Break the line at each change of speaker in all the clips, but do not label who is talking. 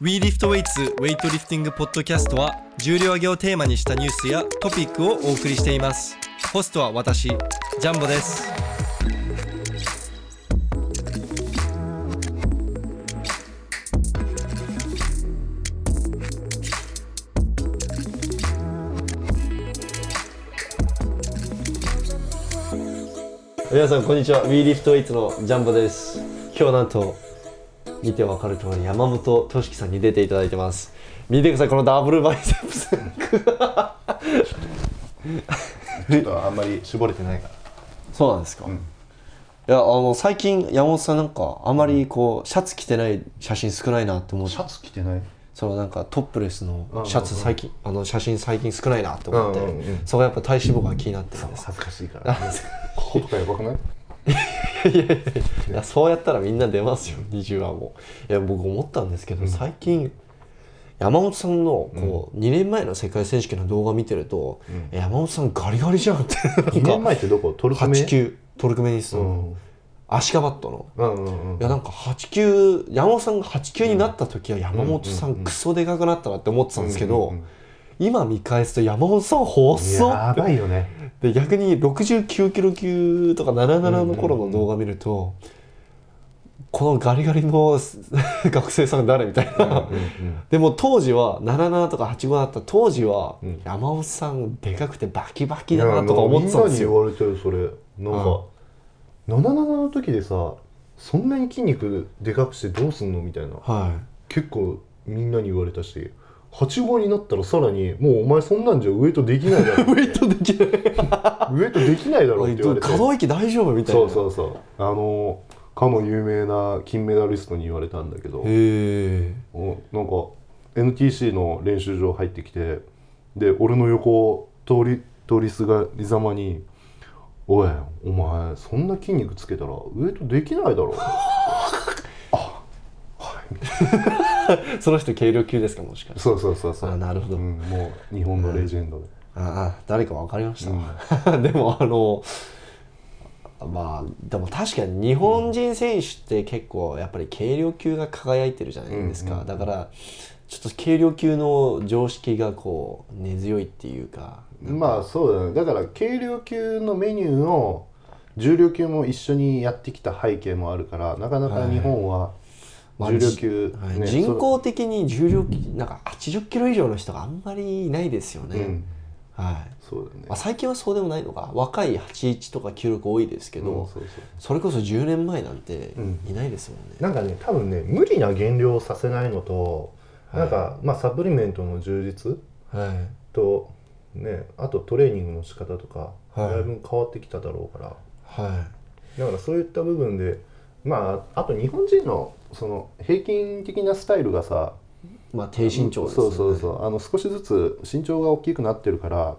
WeLiftWeights ウェイトリフティングポッドキャストは重量挙げをテーマにしたニュースやトピックをお送りしていますホストは私ジャンボです皆さんこんにちは WeLiftWeights のジャンボです今日なんと見てわかる通り山本俊樹さんに出ていただいてます見てくださいこのダブルバイセプス
ちょっとあんまり絞れてないから。
そうなんですか、いやあの最近山本さんなんかあまりこうシャツ着てない写真少ないなって思って
シャツ着てない
そのなんかトップレスの
ん
シャツ最近、あの写真最近少ないなって思って、
うんうんうん
そこやっぱ体脂肪が気になってたんです
恥ずかしいから。こことかやばくない
いやそうやったらみんな出ますよ20話もいや僕思ったんですけど、最近山本さんのこう、2年前の世界選手権の動画見てると、山本さんガリガリじゃんって
2
な
年
んか
前ってどこトルコメ
89トルクメニスタン、
うん
アシカバットの
うんうんうん
いやなんか89山本さんが89になった時は山本さんクソでかくなったなって思ってたんですけど、
うんうんうん
今見返すと山本さん細っ
やばいよね
で逆に69キロ級とか77の頃の動画見ると、このガリガリの 学生さん誰みたいな、でも当時は77とか85だった当時は
うん
山本さんでかくてバキバ
い
キだなとか思ってたんです
や
よ
もうみんなに言われてるそれなんか77の時でさそんなに筋肉でかくしてどうすんのみたいな
は
結構みんなに言われたし85になったらさらにもうお前そんなんじゃウエイトできないだろ
いウェイトできない
ウエイトできないだろって 言われて
可動域大丈夫みたいな
そうそうそうあのかの有名な金メダリストに言われたんだけど
へえ
おなんか NTC の練習場入ってきてで俺の横を通り通りすがりざまに「おいお前そんな筋肉つけたらウエイトできない だろ」
その人軽量級ですかもしかして
そうそうそうそう
あなるほど
うんもう日本のレジェンドで、
ああ誰か分かりました、 でもあのまあでも確かに日本人選手って結構やっぱり軽量級が輝いてるじゃないですか、
うんうん
だからちょっと軽量級の常識がこう根強いっていうか
まあそうだねだから軽量級のメニューを重量級も一緒にやってきた背景もあるからなかなか日本は
まあ
重量級、
はい
ね
人口的に重量級なんか80キロ以上の人があんまりいないですよ
そう
ね、
うん
はい
そうだね
まあ、最近はそうでもないのか若い81とか96多いですけど、
うんそうそう
それこそ10年前なんて
うん
いないですもんね、
なんかね多分ね無理な減量をさせないのと、なんかまあサプリメントの充実
はい
とねあとトレーニングの仕方とか、
はい
だいぶ変わってきただろうから
は
だからそういった部分でまああと日本人のその平均的なスタイルがさ
いまあ低身長です
そうそうそうあの少しずつ身長が大きくなってるから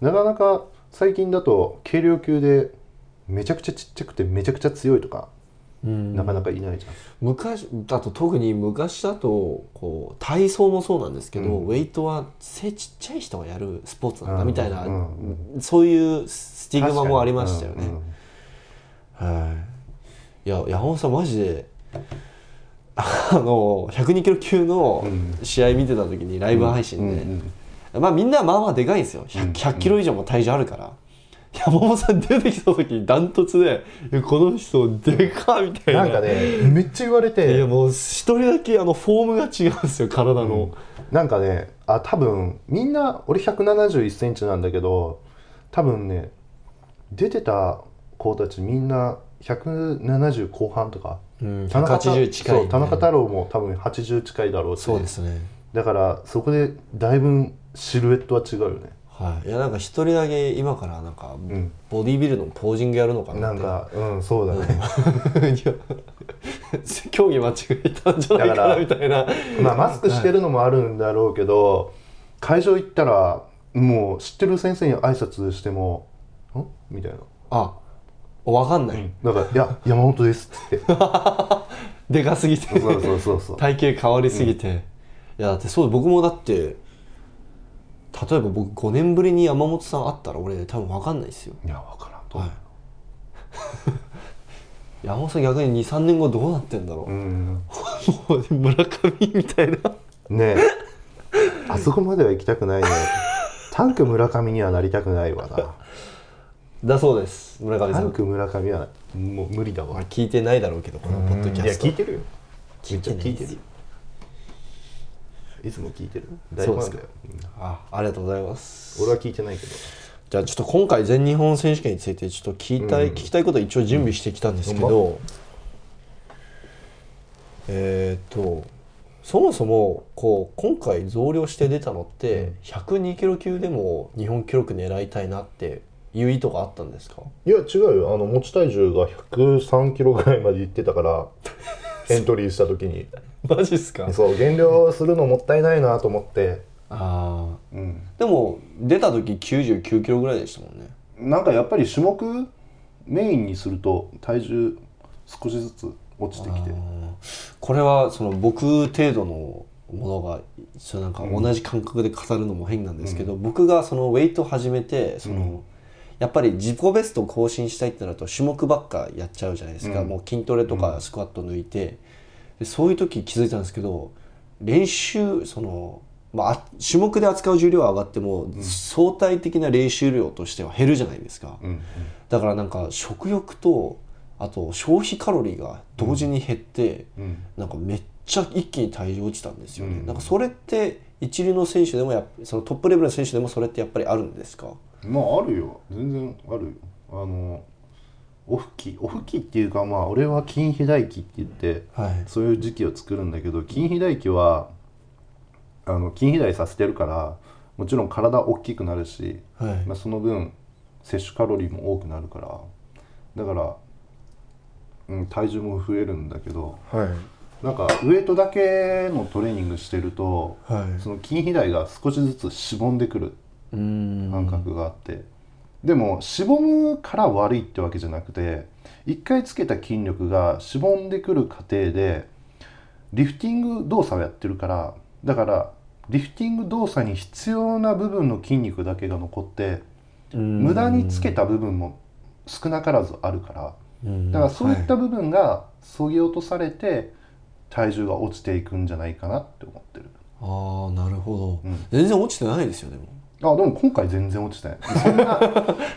なかなか最近だと軽量級でめちゃくちゃちっちゃくてめちゃくちゃ強いとか、
うん
なかなかいないじゃん。
昔だと特に昔だとこう体操もそうなんですけど、
うん
ウェイトは背ちっちゃい人がやるスポーツなんだ
うん
みたいな、
うん
そういうスティグマもありましたよね、
確かにうんうん
はいいや山本さんマジであの102キロ級の
うん
試合見てた時にライブ配信で、
うんうん
まあみんなまあまあでかいんですよ
うんう
100,
ん
100キロ以上も体重あるから、山本さん出てきた時にダントツでいや「この人でか!」みたいな
なんかねめっちゃ言われ
いや
て
もう一人だけあのフォームが違うんですよ体の、
なんかねあ多分みんな俺1 7 1センチなんだけど多分ね出てた子たちみんな170後半とか
うん
田中
180近い
そう田中太郎も多分80近いだろうし
そうですね
だからそこでだいぶシルエットは違うよね
はいいやなんか一人だけ今からなんか
ん
ボディビルのポージングやるのかな
な
っ
ん
て
かうんそうだね、
いや 競技間違えたんじゃないか
だか
な
ら
みたいな
まあマスクしてるのもあるんだろうけど、会場行ったらもう知ってる先生に挨拶しても「ん?」みたいな
あわかんない、
だから「いや山本です」っつって
でかすぎて
そうそうそうそう
体型変わりすぎて、いやだってそう僕もだって例えば僕5年ぶりに山本さん会ったら俺多分わかんないですよ
いやわからんと、
はい山本さん逆に23年後どうなってんだろう、
うん
もう村上みたいな
ねえあそこまでは行きたくないねタンク村上にはなりたくないわな
だそうです村上
タ
さ
ン
ん
ク村上はもう無理だ
ま
わ
あ聞いてないだろうけどこのポッドキャスト
いや聞いてるよ
聞いてない
聞い
で
てる
す
よいつも聞いてる大
そうで
ファ
す
ン
か
だよ
あありがとうございます
うん俺は聞いてないけど
じゃあちょっと今回全日本選手権についてちょっと聞いたい、聞きたいことを一応準備してきたんですけど、えーっとそもそもこう今回増量して出たのって102キロ級でも日本記録狙いたいなっていう意図があったんですか
いや違うよあの持ち体重が103キロぐらいまでいってた からエントリーした時に
マジっすか
そう減量するのもったいないなと思って、
ああ
うん、
でも出た時99キロぐらいでしたもんね
なんかやっぱり種目メインにすると体重少しずつ落ちてきて
これはその僕程度のものがそうなんか同じ感覚で語るのも変なんですけど、僕がそのウェイトを始めてその、やっぱり自己ベストを更新したいってなると種目ばっかやっちゃうじゃないですか、
うん
もう筋トレとかスクワット抜いて、でそういう時気づいたんですけど練習その、まああ、種目で扱う重量は上がっても、相対的な練習量としては減るじゃないですか。
うん
だからなんか食欲とあと消費カロリーが同時に減って、
うん
なんかめっちゃ一気に体重落ちたんですよね、
うん
なんかそれって一流の選手でもやっそのトップレベルの選手でもそれってやっぱりあるんですか
まああるよ全然あるよあのオフ期オフ期っていうかまあ俺は筋肥大期って言って
はい
そういう時期を作るんだけど筋肥大期はあの筋肥大させてるからもちろん体大きくなるし、
はい
まあ、その分摂取カロリーも多くなるからだから、うん、体重も増えるんだけど
はい
なんかウエイトだけのトレーニングしてると
はい
その筋肥大が少しずつしぼんでくる
うーん
感覚があって、でもしぼむから悪いってわけじゃなくて一回つけた筋力がしぼんでくる過程でリフティング動作をやってるからだからリフティング動作に必要な部分の筋肉だけが残って無
無
駄につけた部分も少なからずあるからだからそういった
はい
部分が削ぎ落とされて体重が落ちていくんじゃないかなって思ってる。
ああなるほど、
うん
全然落ちてないですよでも
あでも今回全然落ちてないそん な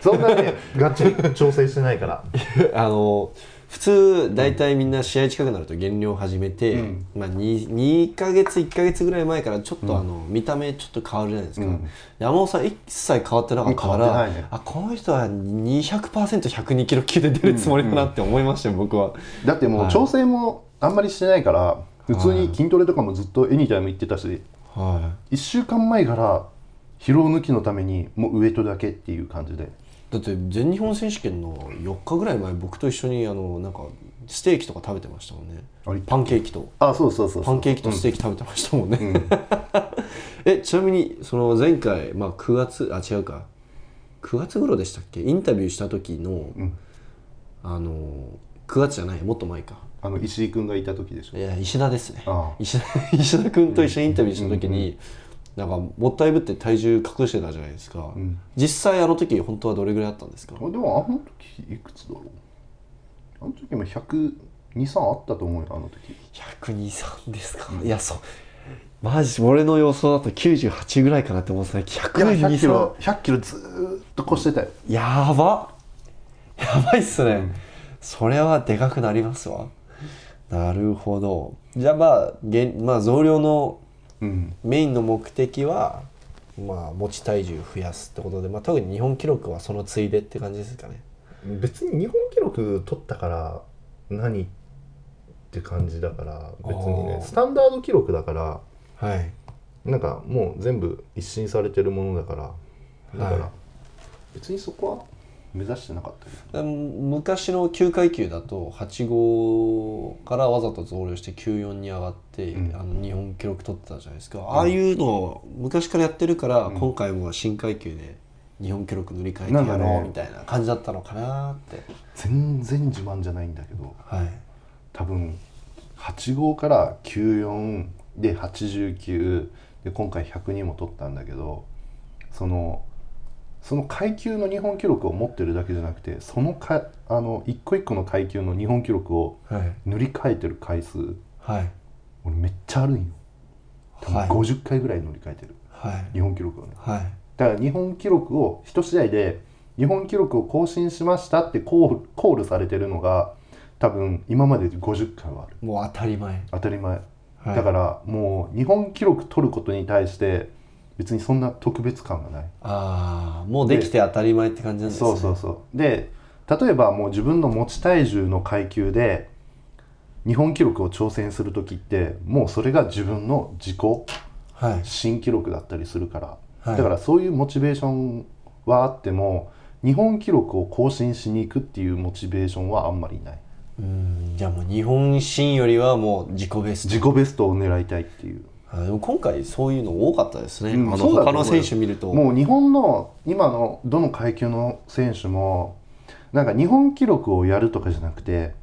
そんなねがっちり調整してないから
あの普通大体みんな試合近くなると減量始めて、
うん
まあ、2, 2ヶ月1ヶ月ぐらい前からちょっと、あの見た目ちょっと変わるじゃないですか、
うん
山本さん一切変わってなかったか
変わっ
ら、
てないね
あこの人は 200%102 キロ級で出るつもりだなって思いましたよ、僕は
だっても
は
う
い
調整もあんまりしてないから普通に筋トレとかもずっとエニタイム行ってたし
は
1週間前から疲労抜きのためにもうウエイトだけっていう感じで
いだって全日本選手権の4日ぐらい前僕と一緒にあのなんかステーキとか食べてましたもんね
あれ
パンケーキと
あそうそうそうそう
パンケーキとステーキ食べてましたもんね、
うん
えちなみにその前回、まあ、9月あ違うか9月頃でしたっけインタビューした時の、
ん
あの9月じゃないもっと前か
あの石井君がいた時でしょ
いや石田ですね
ああ
石田 石田君と一緒にインタビューした時に、なんかもったいぶって体重隠してたじゃないですか、
ん
実際あの時本当はどれぐらいあったんですか
あでもあの時いくつだろうあの時も1023あったと思うよあの時
1023ですか、いやそうマジ俺の予想だと98ぐらいかなって思ってた
いや100
1002
キロ100キロずーっと越してたよ
やばやばいっすね、それはでかくなりますわなるほどじゃあまあ減まあ増量の
うん
メインの目的はまあ持ち体重増やすってことで、まあ、特に日本記録はそのついでって感じですかね
別に日本記録取ったから何って感じだから別に
あ
ね
ー
スタンダード記録だから
はい
なんかもう全部一新されてるものだからだから、
はい
別にそこは目指してなかったけど
でも昔の9階級だと8号からわざと増量して94に上がって、
うん
あの日本記録取ってたじゃないですか、ああいうのを昔からやってるから、
ん
今回も新階級で日本記録塗り替えて
なん
や
かね
ろうみたいな感じだったのかなって、
全然自慢じゃないんだけど
はい
多分8号から94で89で今回102も取ったんだけどそのその階級の日本記録を持ってるだけじゃなくてそのかあの一個一個の階級の日本記録を
はい
塗り替えてる回数
はい
俺めっちゃあるんよ多分
はい
50回ぐらい塗り替えてる、
はい
日本記録をね
はい
だから日本記録を一試合で日本記録を更新しましたってコールコールされてるのが多分今までで50回はある
もう当たり前、
当たり前
はい、
だからもう日本記録取ることに対して別にそんな特別感がない、
ああもうできて当たり前って感じなんですね
そうそうそうで例えばもう自分の持ち体重の階級で日本記録を挑戦する時ってもうそれが自分の自己
はい
新記録だったりするから、
はい
だからそういうモチベーションはあっても日本記録を更新しに行くっていうモチベーションはあんまりない
うんじゃあもう日本新よりはもう自己ベスト
自己ベストを狙いたいっていう
あでも今回そういうの多かったですね、
うん
あの
そうだと
他
思うよ
の選手見ると
もう日本の今のどの階級の選手もなんか日本記録をやるとかじゃなくて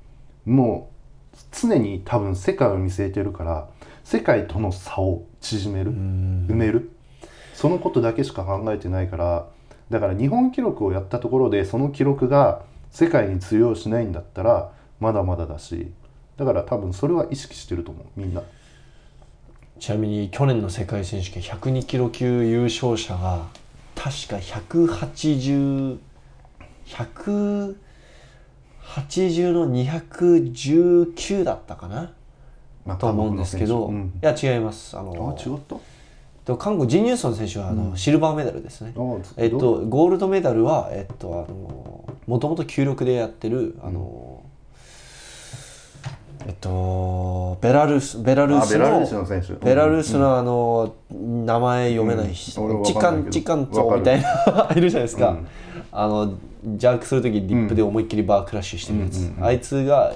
もう常に多分世界を見据えてるから世界との差を縮める
ん
埋めるそのことだけしか考えてないからだから日本記録をやったところでその記録が世界に通用しないんだったらまだまだだしだから多分それは意識してると思うみんな。
ちなみに去年の世界選手権102キロ級優勝者が確か180 180の219だったかな
まあ
と思うんですけど、
韓
いや違いますあ
国
の
の選手うん、あ違った
と韓国ジン・ユンソン選手はあの、シルバーメダルですね
あ
えっと、ゴールドメダルは、えっと、あのもともと旧力でやってるあの、えっと、ベラルースベラルー
あ
ス
ベラルー
の
シの選手
ベラルースのあの、名前読めない人、
うん俺
チ
わか
カ
んないけ
ン
ど
チカンツォみたいないるじゃないですか、
うん
あのジャークする時にリップで思いっきりバークラッシュしてるやつ、
うんうんうん
あいつが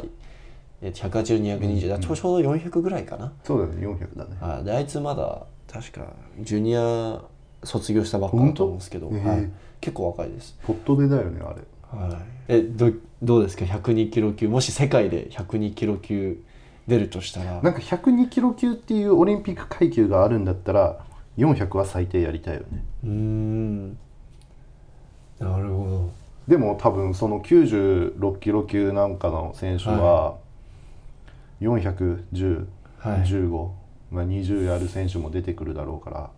1802020だからちょうど400ぐらいかな、
そうだね400だね
はいであいつまだ確かジュニア卒業したばっかだと思うんですけど、
本当
はい
ええ
結構若いです、
ポットでだよねあれ
はい、えどどうですか102キロ級もし世界で102キロ級出るとしたら
なんか102キロ級っていうオリンピック階級があるんだったら400は最低やりたいよね
うーんなるほ
でも多分その96キロ級なんかの選手は41015、
はい
15まあ、20やる選手も出てくるだろうから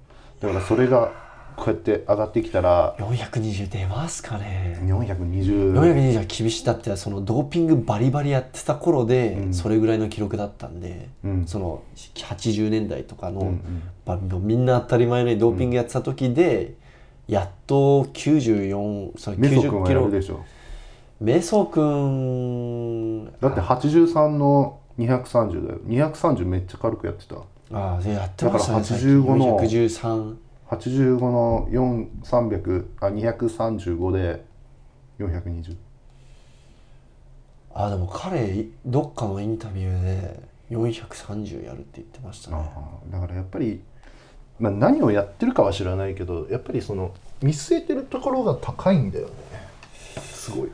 だからそれがこうやって上がってきたら
ど420出ますかね
420
420は厳しいだってそのドーピングバリバリやってた頃でそれぐらいの記録だったんで、
うん
その80年代とかの、
うんうん
まあ、みんな当たり前のようにドーピングやってた時で、やっと94その
メソ
90
君は
キ
や
ロ
るでしょ
メソ君
だって83の230だよ230めっちゃ軽くやってた
ああでやってましたね
だから85の
113
85の4300あ235で420
あでも彼どっかのインタビューで430やるって言ってましたね
ああだからやっぱり、まあ、何をやってるかは知らないけどやっぱりその見据えてるところが高いんだよねすごい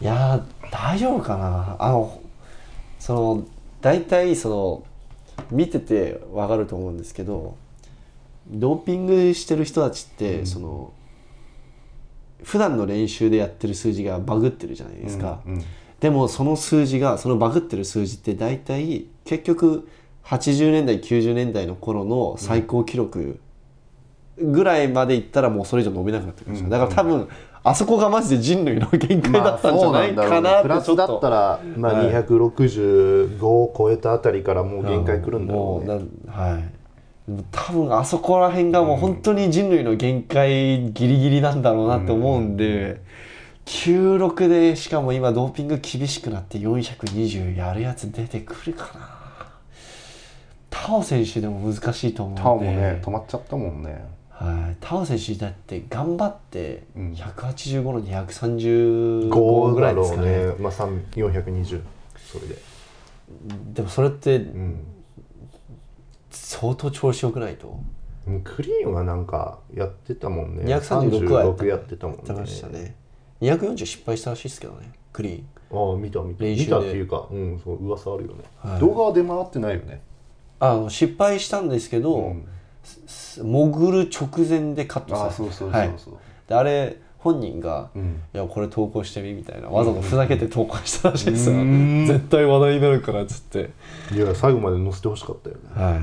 いやー大丈夫かなあのその大体その見ててわかると思うんですけどドーピングしてる人たちって、その普段の練習でやってる数字がバグってるじゃないですか、
うんうん
でもその数字がそのバグってる数字って大体結局80年代90年代の頃の最高記録ぐらいまでいったらもうそれ以上伸びなくなってくるんですよ、だから多分あそこがマジで人類の限界だったんじゃないか
まあそうんだろうねプ
な
ラ
ってちょ
ス
っ
だった
と。
ら、まあ、265を超えたあたりからもう限界くるんだろ
も
う
う
ね、
なはい多分あそこら辺がもう本当に人類の限界ギリギリなんだろうなって思うんで、96でしかも今ドーピング厳しくなって420やるやつ出てくるかなタオ選手でも難しいと思うんで
タオもね止まっちゃったもんね
はい、タオ選手だって頑張って
うん
185の235
5
ぐら
だ
いで
ろ
すか
う
ね
ねまあ3 420それで
でもそれって
うん
相当調子良くないと
うんクリーンはなんかやってたもんね
236はやった
36やってたもんね
やってましたね240失敗したらしいですけどねクリーン
ああ見た見た
練習
見
で
たっていうかうんそう噂あるよね、
はい
動画は出回ってないよね
あの失敗したんですけど、
うん
すす潜る直前でカットさ
あ
れ
あ
た
そうそう
は
そ
いう
そう、
であれ本人が
うん
「いやこれ投稿してみ」みたいなわざとふざけて投稿したらしいですよ
うん
絶対話題になるからっつって
いや最後まで載せてほしかったよね
は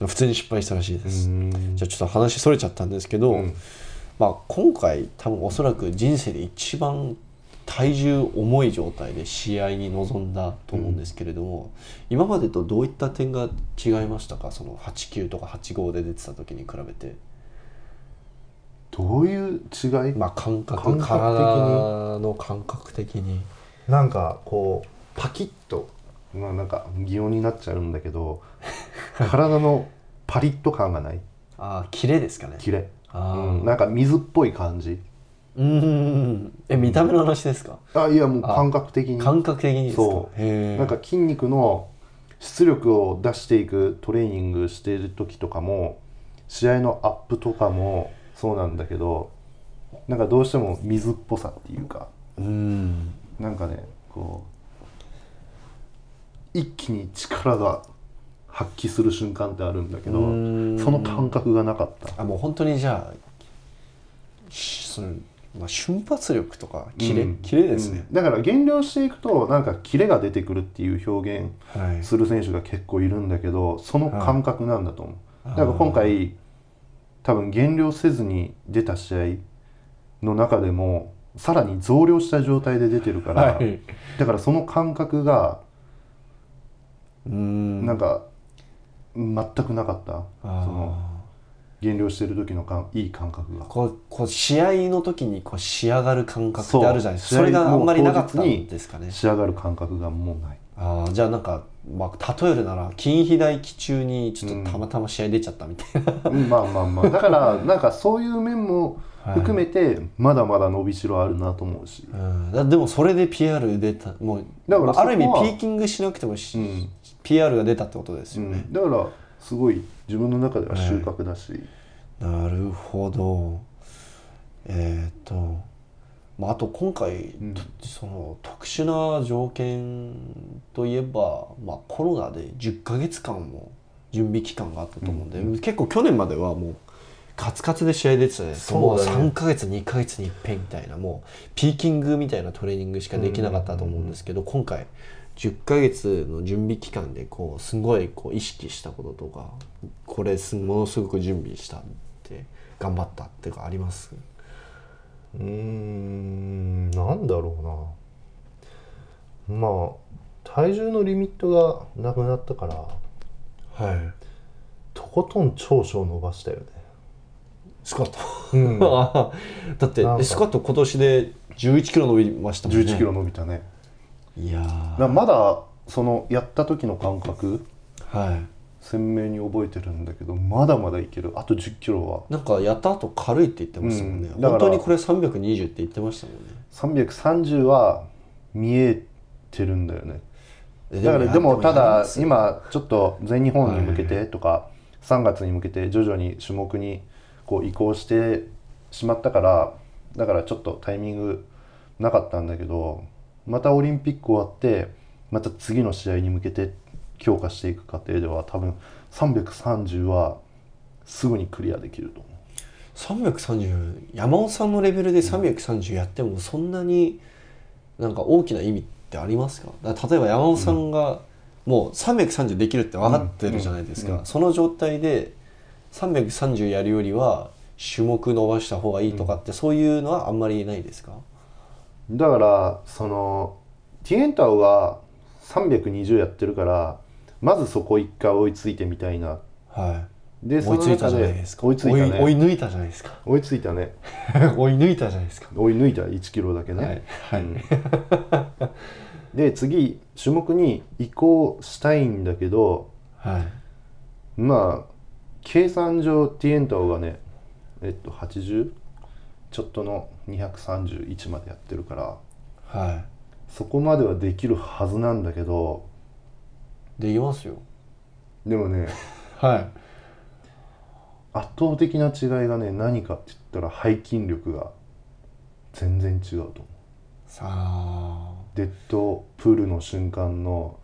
い普通に失敗したらしいです
ん
じゃあちょっと話それちゃったんですけど、
うん
まあ、今回多分おそらく人生で一番体重重い状態で試合に臨んだと思うんですけれども、今までとどういった点が違いましたかその89とか85で出てた時に比べて、
どういう違い
まあ、感覚
感覚的に
体の感覚的に
なんかこうパキッとまあなんか擬音になっちゃうんだけど 体のパリッと感がない
ああキレですかね
キレ、
あー
うん、なんか水っぽい感じ
うーんえ見た目の話ですか、
あいやもう
あ
感覚的にな
感覚的にですか
そう
へえ
んか筋肉の出力を出していくトレーニングしている時とかも試合のアップとかもそうなんだけどなんかどうしても水っぽさっていうか
うん
なんかねこう一気に力が発揮する瞬間ってあるんだけど
うーん
その感覚がなかった
あもう本当にじゃあしその、まあ、瞬発力とかキレ、
うん
キレですね、
うんだから減量していくとなんかキレが出てくるっていう表現
はい
する選手が結構いるんだけどその感覚なんだと思う
あー
だから今回多分減量せずに出た試合の中でもさらに増量した状態で出てるから、
はい
だからその感覚が
うん
なんか全くなかったそ
あー
の減量してる時の感いい感覚が
こうこう試合の時にこう仕上がる感覚ってあるじゃないですか
そう
それがあんまりなかっ
試
た
合もう当日
ん
に
ですかね
仕上がる感覚がもうない
あーじゃあなんか、まあ、例えるなら筋肥大期中にちょっとたまたま試合出ちゃったみたいな、
うんまあまあまあだからなんかそういう面も含めてまだまだ伸びしろあるなと思うし、
うんだでもそれで PR 出たもう
だから
まあある意味
そこは
ピーキングしなくてもし、
うん
PR が出たってことですよね、
うんだからすごい自分の中では収穫だし、
なるほどえっ、と、まあ、あと今回、
ん
とその特殊な条件といえば、まあ、コロナで10ヶ月間も準備期間があったと思うんで、結構去年まではもうカツカツで試合出てたじゃないですかも
そ
う
うだね
3ヶ月2ヶ月に一遍みたいなもうピーキングみたいなトレーニングしかできなかったと思うんですけど、今回10ヶ月の準備期間でこうすごいこう意識したこととかこれすものすごく準備したって頑張ったっていうかあります
うーんなんだろうなまあ体重のリミットがなくなったから
はい
とことん長所を伸ばしたよね
スカット、
うん
だって
なんか
えスカット今年で1 1キロ伸びましたもんね
11キロ伸びたね
いや
だ
ー
からまだそのやった時の感覚
はい
鮮明に覚えてるんだけどまだまだいけるあと1 0キロは
なんかやった後軽いって言ってましたもんね、
うんだ
本
から
当にこれ320って言ってましたもんね
330は見えてるんだよね
え
だからでもた
やり
だ
ますよ
今ちょっと全日本に向けてとか3月に向けて徐々に種目にこう移行してしまったからだからちょっとタイミングなかったんだけどまたオリンピック終わってまた次の試合に向けて強化していく過程では多分330はすぐにクリアできると思う。
330山尾さんのレベルで330やってもそんなになんか大きな意味ってありますかだから例えば山尾さんがもう330できるって分かってるじゃないですか、
うんうん
その状態で330やるよりは種目伸ばした方がいいとかって、そういうのはあんまりないですか
だからそのティエンタオが320やってるからまずそこ一回追いついてみたいな
は
で
い追いついたじゃないですか
追いついたね
追い
追い
追い抜いたじゃないですか
ついたね
追い抜いたじゃない ですか
追い抜いた1キロだけね、
はいはい、
うんで次種目に移行したいんだけど
はい
まあ計算上ティエンタオがねえっと80ちょっとの231までやってるから
は
そこまではできるはずなんだけど
いできますよ
でもね
はい
圧倒的な違いがね何かって言ったら背筋力が全然違うと思う
さあ
デッドプールの瞬間の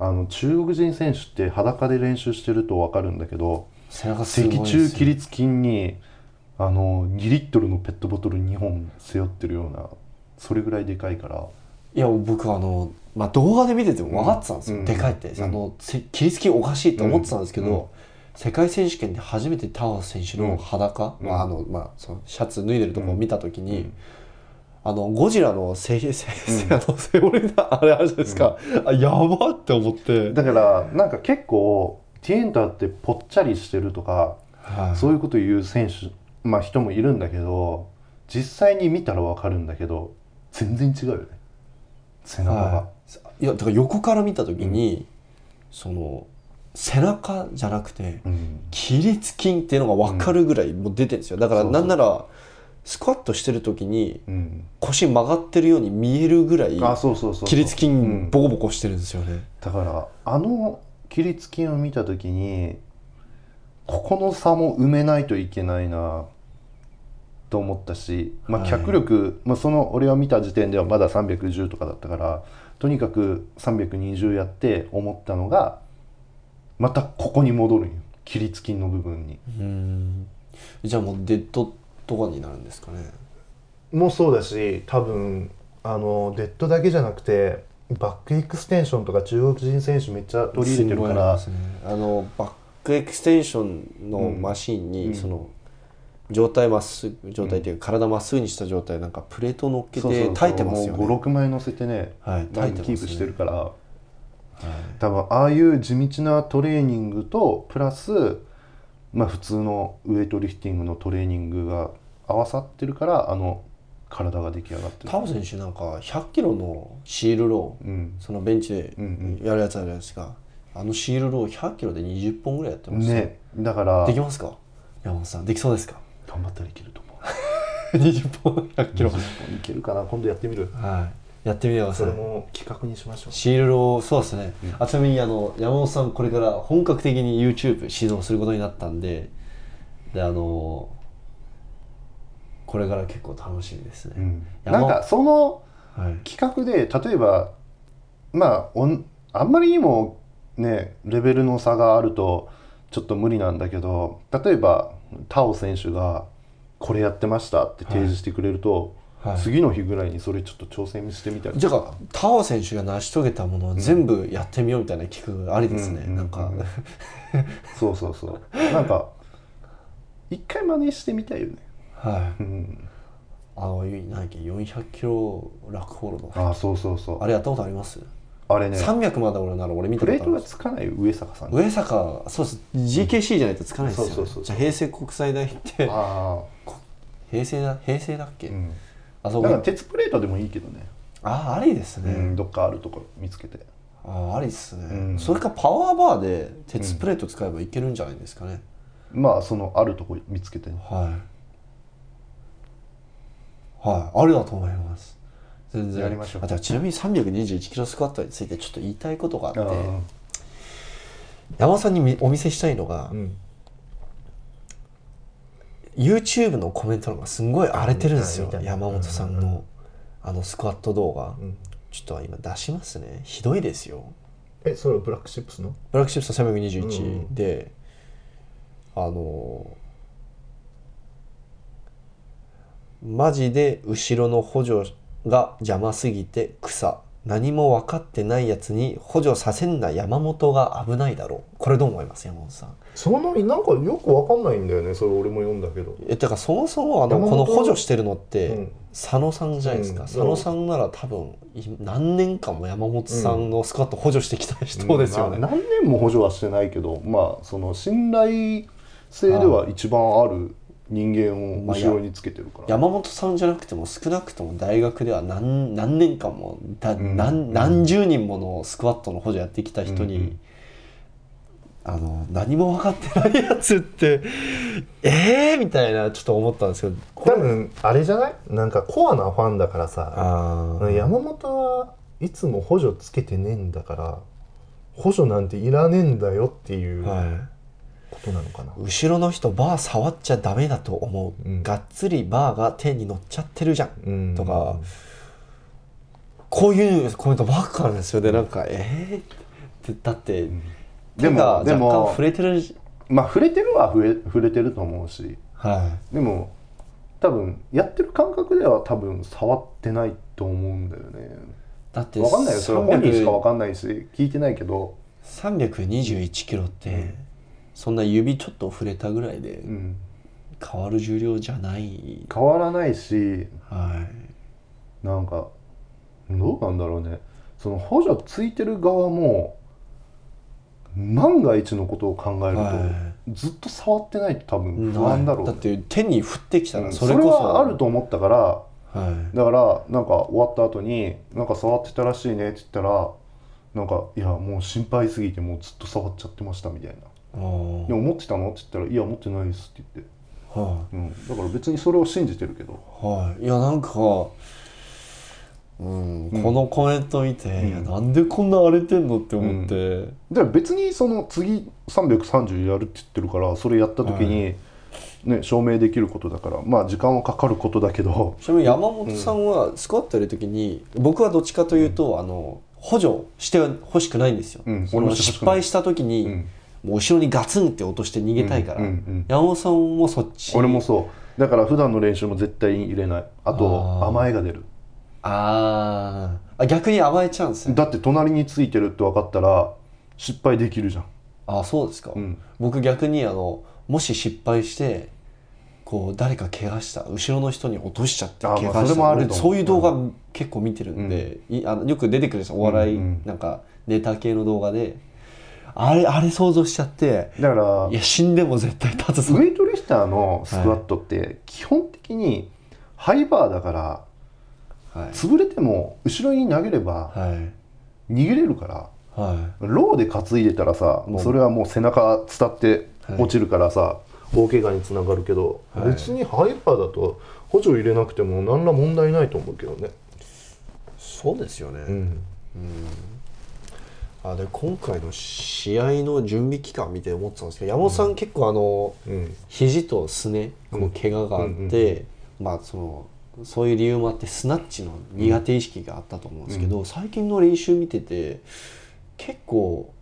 あの中国人選手って裸で練習してると分かるんだけど
背中すごい
脊
ですよ
柱起立筋にあの2リットルのペットボトル2本背負ってるようなそれぐらいでかいから
いや僕あの、まあ、動画で見てても分かってたんですよ、
うん
でかいって、
うん
あのせ切りつきおかしいと思ってたんですけど、
うんうん
世界選手権で初めてタワー選手の裸、
うん
まああのまあ、そのシャツ脱いでるとこを見た時に、
うん
あのゴジラのせせせ、あのセオリーだあれあるじゃないですか、あやばって思って、
だからなんか結構ティエンターってぽっちゃりしてるとか
はい
そういうこと言う選手まあ人もいるんだけど実際に見たらわかるんだけど全然違うよね背中が、
はい、いやだから横から見た時に、その背中じゃなくて
うん
起立筋っていうのが分かるぐらいもう出てるんですよだから
そう
な
そうん
ならスクワットしてる時に
うん、
腰曲がってるように見えるぐらい
あそうそうそうそう
起立筋
うん
ボコボコしてるんですよね、
だからあの起立筋を見た時にここの差も埋めないといけないなと思ったし、まあ、
はい
脚力、まあ、その俺が見た時点ではまだ310とかだったからとにかく320やって思ったのがまたここに戻るんよ起立筋の部分に。
うんじゃあもうデッドとかになるんですかね
もそうだし
し多分あのデッドだけじゃなくてバックエクステンションとか中国人選手めっちゃ取り入れてるか
ありま
ら
すねあのバックエクステンションのマシンに、その状態まっすぐ状態というか体まっすぐにした状態なんかプレート乗っけて耐えてますよね
56枚乗せてね、
はい
ラ
耐
イン
えてますね
キープしてるから、多分ああいう地道なトレーニングとプラス、まあ、普通のウエイトリフティングのトレーニングが合わさってるからあの体が出来上がってる
タオ選手なんか100キロのシールロー、
うん
そのベンチで
うん
やるやつあるじゃないですか、あのシールロー100キロで20本ぐらいやってますよ
ねだから
できますか山本さんできそう ですか
頑張ったらいけると思う
20本100キロ
いけるかな今度やってみる
はいやってみてくだ
そ
さい
れも企画にしましょう
シールローそうですね、あちなみにあの山本さんこれから本格的に YouTube 指導することになったんでであのこれから結構楽しみですね、
うん
山
なんかその
はい、
企画で例えばまあおんあんまりにもねレベルの差があるとちょっと無理なんだけど例えばタオ選手が「これやってました」って提示してくれると、
はい
次の日ぐらいにそれちょっと挑戦してみたり
じゃあタオ選手が成し遂げたものを全部やってみようみたいな企画ありですね、
うんうん
なんか、
うんそうそうそうなんか一回真似してみたいよね、
はい
うん、
あの何だっけ400キロラックホールの
ああそうそうそう
あれやったことあります、
あれね
300まで俺なら俺見
プ
たこ
レ
と
ー
あ
ト
りま
が
す
つかない上坂さん
上坂そうです GKC じゃないとつかないですよ、ね
そうそうそう
じゃあ平成国際大行って
あ
平成だ平成だっけ、
あうん
あそ
だ
こ
から鉄プレートでもいいけどね、
あありです
う
ね、
ん、どっかあるとこ見つけて
あありですね、
うん
それかパワーバーで鉄プレート使えばいけるんじゃないですかね、
まあそのあるとこ見つけてね
はい。はい、ありだと思います。全然。
やりましょう
あ、じゃあちなみに321キロスクワットについてちょっと言いたいことがあって、山尾さんにみお見せしたいのが、
ん
YouTube のコメントのがすんごい荒れてるんですよ
見た。見た
山本さん
うん
のあのスクワット動画。
ん
ちょっと今出しますね。ひどいですよ。
えそれブラックシップスの
ブラックシップさん
うんう
321
ん
で、あのーマジで後ろの補助が邪魔すぎて草何も分かってないやつに補助させんな山本が危ないだろうこれどう思います山本さん
そのなんかよくわかんないんだよねそれ俺も読んだけど
えだからそもそもあの
山
こ
本
の補助してるのって、
うん
佐野さんじゃないですか、
うん
佐野さんなら多分い何年間も山本さんのスクワット補助してきた人ですよね、
まあ何年も補助はしてないけどまあその信頼性では一番ある人間を後ろにつけてるから、
山本さんじゃなくても少なくとも大学では何何年間もだ、
ん
何何十人ものスクワットの補助やってきた人に、
うんうん
あの何も分かってないやつってえー、みたいなちょっと思ったんですけどこ
多分あれじゃないなんかコアなファンだからさ
あー
山本はいつも補助つけてねえんだから補助なんていらねえんだよっていう
は
ことなのかな、
い、後ろの人バー触っちゃダメだと思う、
うん
がっつりバーが手に乗っちゃってるじゃん
うん
とか、こういうコメントばっかなんですよでなんかえーってだって、
で
手が
もで
若干
も
触れてる
まあ触れてるは触れ触れてると思うし
は
でも多分やってる感覚では多分触ってないと思うんだよね
い。だって
分かんないよそれは本人しか分
300
かんないし聞いてないけど
321キロってそんな指ちょっと触れたぐらいで
うん
変わる重量じゃない。
変わらないし
はい。
なんかどうなんだろうねその補助ついてる側も万が一のことを考えると、
は
ずっと触ってないと多
い。
分不安だろう、
だって手に振ってきた
う
ら
ん
そ
そ
れ
れ
こそ。
はあると思ったから
はい。
だからなんか終わった後になんか触ってたらしいねって言ったらなんかいやもう心配すぎてもうずっと触っちゃってましたみたいな
あー
でも持ってたのって言ったらいや持ってないですって言って、
は
うん、だから別にそれを信じてるけど
い。はい。いやなんか。うん、このコメント見て、いやなんでこんな荒れてんのって思って、
だから別にその次330やるって言ってるからそれやった時に、ね、証明できることだからまあ時間はかかることだけど
ちなみに山本さんはスクワットやるときに、僕はどっちかというと、あの補助してほしくないんですよ、
うん
そ
俺
の
もしてほし
失
くない
敗したときに、
うん
もう後ろにガツンって落として逃げたいから、
うんうん
山本さんもそっち
俺もそうだから普段の練習も絶対入れないあと
あー
甘えが出る
あーあ逆に甘えちゃうんですね
だって隣についてるって分かったら失敗できるじゃん
あそうですか、
うん
僕逆にあのもし失敗してこう誰か怪我した後ろの人に落としちゃって
あー
怪我した、
まあそれもある
俺
と思う
そういう動画結構見てるんで、いあのよく出てくるんですよお笑い、
うんうん
なんかネタ系の動画であれあれ想像しちゃって
だから
いや死んでも絶対立つぞ
ウェイトリフターのスクワットって基本的にハイバーだから
はい
潰れても後ろに投げれば
はい
逃げれるから
は
ローで担いでたらさ
もう
それはもう背中伝って
はい
落ちるからさ、大怪我につながるけど
はい
別にハイパーだと補助入れなくても何ら問題ないと思うけどね
いそうですよね、
うん
あで今回の試合の準備期間見て思ってたんですけど山本さん結構あの、
うん
肘とすねこう怪我があって、まあそのそういう理由もあってスナッチの苦手意識があったと思うんですけど、最近の練習見てて結構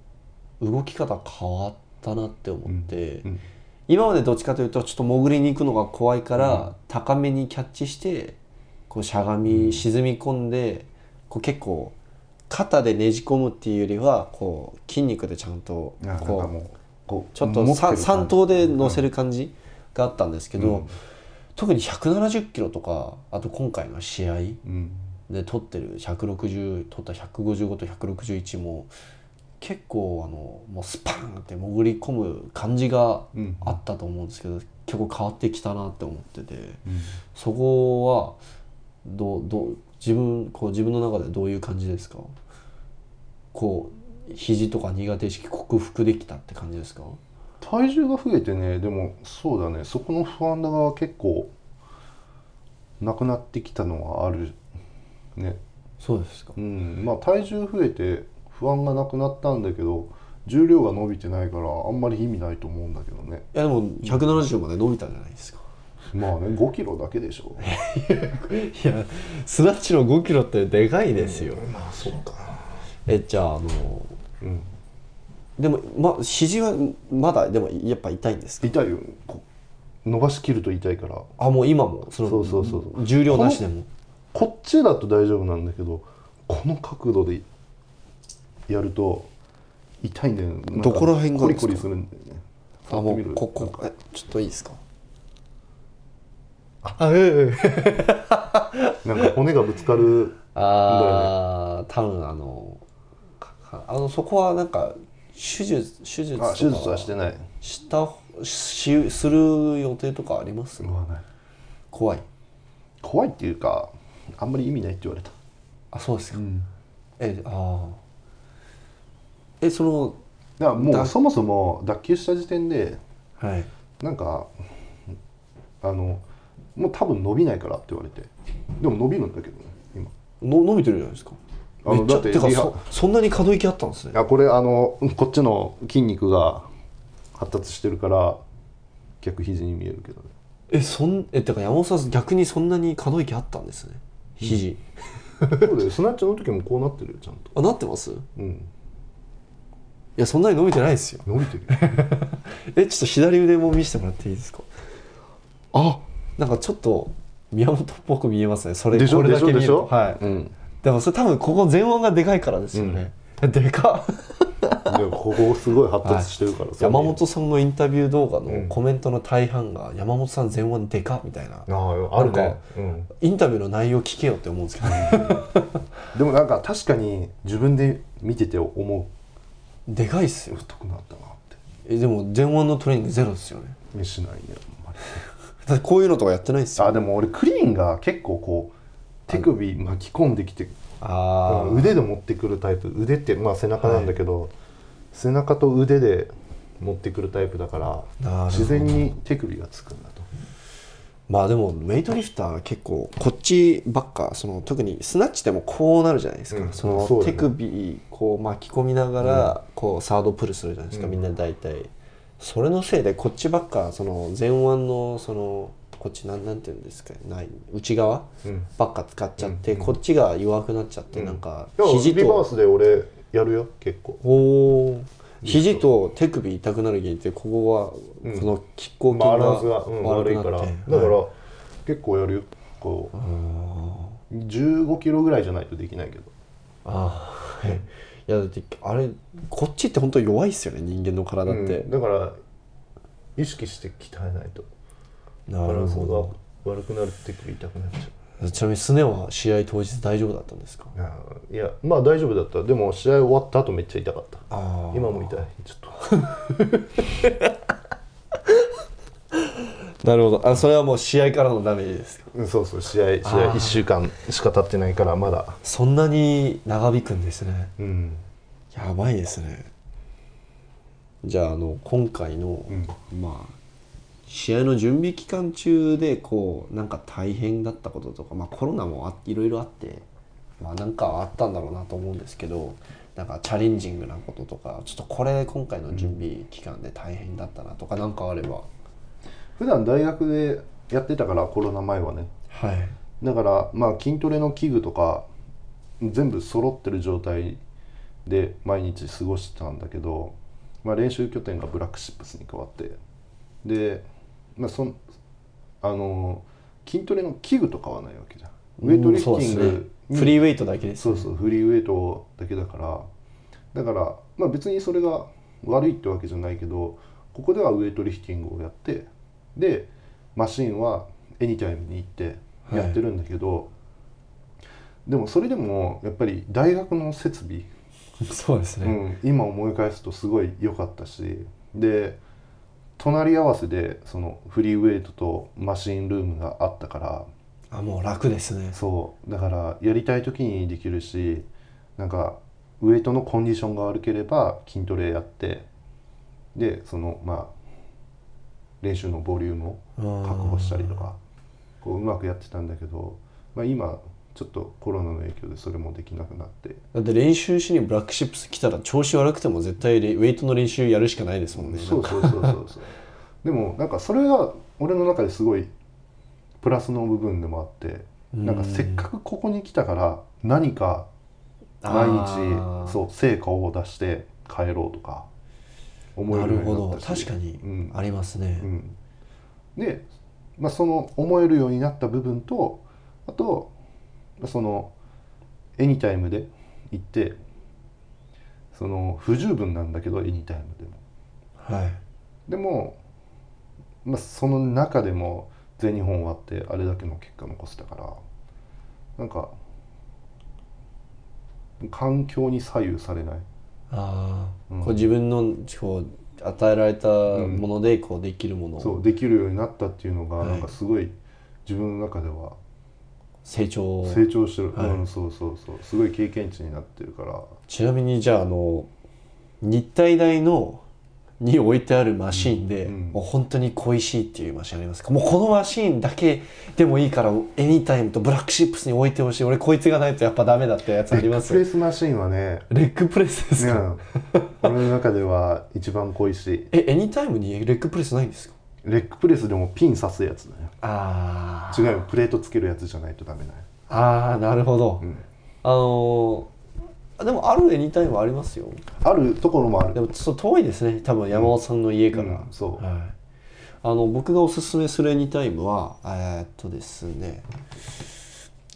動き方変わったなって思って、
うんうん
今までどっちかというとちょっと潜りに行くのが怖いから、高めにキャッチしてこうしゃがみ沈み込んで、こう結構肩でねじ込むっていうよりはこう筋肉でちゃんと
なんか
こう
もうこう
ちょっ
持て
と
る感
三
じ
三頭で乗せる感じがあったんですけど、
うん
特に170キロとかあと今回の試合
うん
で取ってる160取った155と161も結構あのもうスパンって潜り込む感じが
うん
あったと思うんですけど、結構変わってきたなって思ってて
うん
そこはどうどう自分こう自分の中でどういう感じですかこう肘とか苦手意識克服できたって感じですか
体重が増えてねでもそうだねそこの不安が結構なくなってきたのはあるね
そうですか
うんまあ体重増えて不安がなくなったんだけど重量が伸びてないからあんまり意味ないと思うんだけどね
いやでも170まで伸びたじゃないですか
まあね5キロだけで しょ
いやスナッチの5キロってでかいですよ、
まあそうか
えじゃああの
うん
でもま肘はまだでもやっぱ痛いんですか
痛いよこ伸ばしきると痛いから
あもう今もその
そうそうそうそう
重量なしでも
こっちだと大丈夫なんだけどこの角度でやると痛いんだよねなんか
どこら辺が
コ
です
リ
か
コリするんだよね
あも
触ってみ
う
る
ここえちょっといいですか
あええ
なんか骨がぶつかる
ああ、多分あのかかあのそこはなんか手術手術とか
あ手術はしてない
したしする予定とかあります
うわない
怖い
怖いっていうかあんまり意味ないって言われた
あそうですか、
ん
えああえその
だからも
だ
うそもそも脱臼した時点で
はい
なんかあのもう多分伸びないからって言われてでも伸びるんだけどね今
の伸びてるじゃないですか
あの
めっちゃ
だって
てか
リハ
そそんなに可動域あったんですね
あこれあのこっちの筋肉が発達してるから逆肘に見えるけどね
えそんえてか山本さん逆にそんなに可動域あったんですね肘、
そうだよスナッチの時もこうなってるよちゃんと
あなってます
うん
やそんなに伸びてないですよ
伸びてる
えちょっと左腕も見せてもらっていいですかあなんかちょっと宮本っぽく見えますねそれ
でしょ
これだけ見る
でしょ
とはい、
うん
でもそれ多分ここ前音がでかいからですよね、でかっ
でもここすごい発達してるからさ
山本さんのインタビュー動画
う
の
ん
コメントの大半が山本さん前腕でかっみたいな、
あある
なん
ね
か、
うん、
インタビューの内容聞けよって思うんですけど、
でもなんか確かに自分で見てて思
でかいっすよ
う太くなったなって
えでも前腕のトレーニングゼロですよね
見しないねあんまり
だってこういうのとかやってないっすよ
あでも俺クリーンが結構こう手首巻き込んできて
あー
腕で持ってくるタイプ腕ってまあ背中なんだけど、背中と腕で持ってくるタイプだか
なるほ
ら
ど
自然に手首がつくんだと
まあでもウェイトリフター結構こっちばっかその特にスナッチでもこうなるじゃないですか、
うん
そ
そう
の
だ
手
ね
首こう巻き込みながらこうサードプルするじゃないですか、みんな大体それのせいでこっちばっかその前腕のそのこっちなんなんていうんですかない内側
うん
ばっか使っちゃって、こっちが弱くなっちゃって、なんか
でも
肘
リバー
と
スで俺やるよ結構
おー肘と手首痛くなる原因ってここは
うん
この拮抗
バランス
筋
が、
が
うん
悪
悪
く
い
なっ
か
て、
らだか
は
ら、
い
結構やるよこう15キロぐらいじゃないとできないけど
ああ、はい、いやだってあれこっちって本当弱いっすよね人間の体って、
うんだから
意識して鍛えないと
な
バラ
る
ンス
ほ
が
ど
悪くなる手首痛くなっちゃう
ちなみにスネは試合当日大丈夫だったんですか
あーいやまあ大丈夫だったでも試合終わった後めっちゃ痛かった
あ
今も痛いちょっと
なるほどあそれはもう試合からのダメージですか
うんそうそう試合試合1週間しか経ってないからまだ
そんなに長引くんですね
うん
やばいですねじゃああの今回の、
ん
まあ試合の準備期間中でこうなんか大変だったこととか、まあ、コロナもあいろいろあって、まあ、なんかあったんだろうなと思うんですけどなんかチャレンジングなこととかちょっとこれ今回の準備期間で大変だったなとかなんかあれば
普段大学でやってたからコロナ前はね
はい
だからまあ筋トレの器具とか全部揃ってる状態で毎日過ごしてたんだけど、まあ、練習拠点がブラックシップスに変わってで、まあ、そんあの筋トレの器具とかはないわけじゃんウェイトリフティン
うんそう
グ
ですね
に
フリーウェイトだけです
そうそうフリーウェイトだけだからだからまあ別にそれが悪いってわけじゃないけどここではウェイトリフティングをやってでマシンはエニタイムに行ってやってるんだけど、でもそれでもやっぱり大学の設備、
そうですね、
うん、今思い返すとすごい良かったしで隣り合わせでそのフリーウェイトとマシンルームがあったから
あもう楽ですね
そうだからやりたい時にできるしなんかウエイトのコンディションが悪ければ筋トレやってでそのまあ練習のボリュームを確保したりとかこううまくやってたんだけど、まあ、今ちょっとコロナの影響でそれもできなくなって
だって練習しにブラックシップス来たら調子悪くても絶対レウェイトの練習やるしかないですもんね
そうそうそうそうそう でもなんかそれが俺の中ですごいプラスの部分でもあってなんかせっかくここに来たから何か毎
あー
日そう成果を出して帰ろうとか思え
な
る
る
よう
ほ
にな
ど
ったし
確かに
うん
ありますね、
うん、で、まあ、その思えるようになった部分とあとまあそのエニタイムで行ってその不十分なんだけどエニタイムでも
はい
でも、まあ、その中でも全日本終わってあれだけの結果残せたからなんか環境に左右されない
ああ、
うん
こう自分のこう与えられたものでこうできるもの
そう
を
できるようになったっていうのが
はい
なんかすごい自分の中では
成長
成長してる、
はい
うん、そうそうそうすごい経験値になってるから
ちなみにじゃああの日体大のに置いてあるマシーンで、
うんうん
もう本当に恋しいっていうマシーンありますかもうこのマシーンだけでもいいからエニタイムとブラックシップスに置いてほしい俺こいつがないとやっぱダメだってやつあり
レ
ま
ッグ
す
プレ
よ
スマシンはね
レッグプレスです
ね
か、
俺の中では一番濃いし
えエニタイムにレッグプレスないんですか
レッグプレスでもピン刺すやつだね
あ
違うよプレートつけるやつじゃないとダメだよ
あああなるほど、
ん
あのーあでもあるエニタイムありますよ
あるところもあ
で
る
もそう遠いですね多分山本さんの家から、
うんそう
はい、あの僕がおすすめするエニタイムはえーっとですね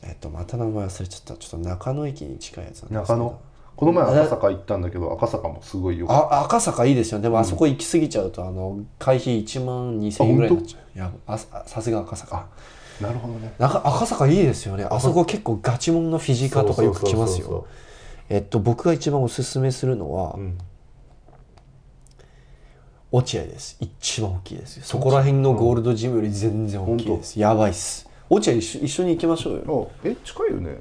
えっとまた名前忘れちゃったちょっと中野駅に近いやつなんですけど
中野この前赤坂行ったんだけど赤坂もすごいよかっ
あ赤坂いいですよねでもあそこ行き過ぎちゃうと、あの会費1万2000円ぐらいになっちゃういやあささすが赤坂
たなるほどね
なんか赤坂いいですよねあそこ結構ガチモンのフィジカとかよく来ます
そうそう
よえっと僕が一番おすすめするのは、
そうそううん
落合です一番大きいですよそこら辺のゴールドジムより全然大きいです、やばいっす落合一緒一緒に行きましょうよ
あえ近いよね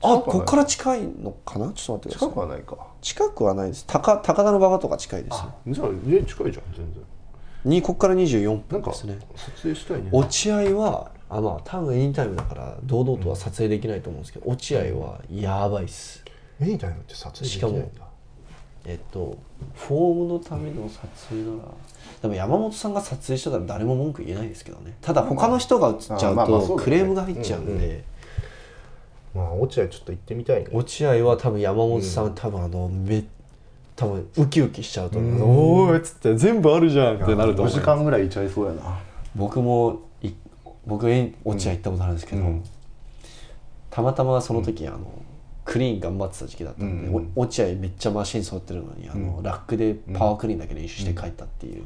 あ
近くは
こっ
ない
から近いのかなちょっと待ってくだ
近
さい
くはないか
近くはないです高高田の馬場とか近いです
じゃあ家近いじゃん全然
にこっから24
なん
分
か
です
撮
ね
影したいね
落合はあまあ多分エニタイムだから堂々とは撮影できないと思うんですけど、落合はやばいっす
エニタイムって撮影できないんだ
しかえっとフォームのための撮影ならでも山本さんが撮影してたら誰も文句言えないですけどねただ他の人が映っちゃ
あ
う
まあまあそうだ
と
よね
クレームが入っちゃうんで
まあ落合ちょっと行ってみたいね
落合は多分山本さん、多分あのめ多分ウキウキしちゃうと思う、おーいっつって全部あるじゃんってなると
5
思
時
う
間ぐらいいちゃいそうやな
僕もい僕えん落合行ったことあるんですけど、
うん
たまたまその時、あのクリーン頑張ってた時期だったんで、
うんうん
お落合めっちゃマシン揃ってるのにあの、ラックでパワークリーンだけ練習して帰ったっていう、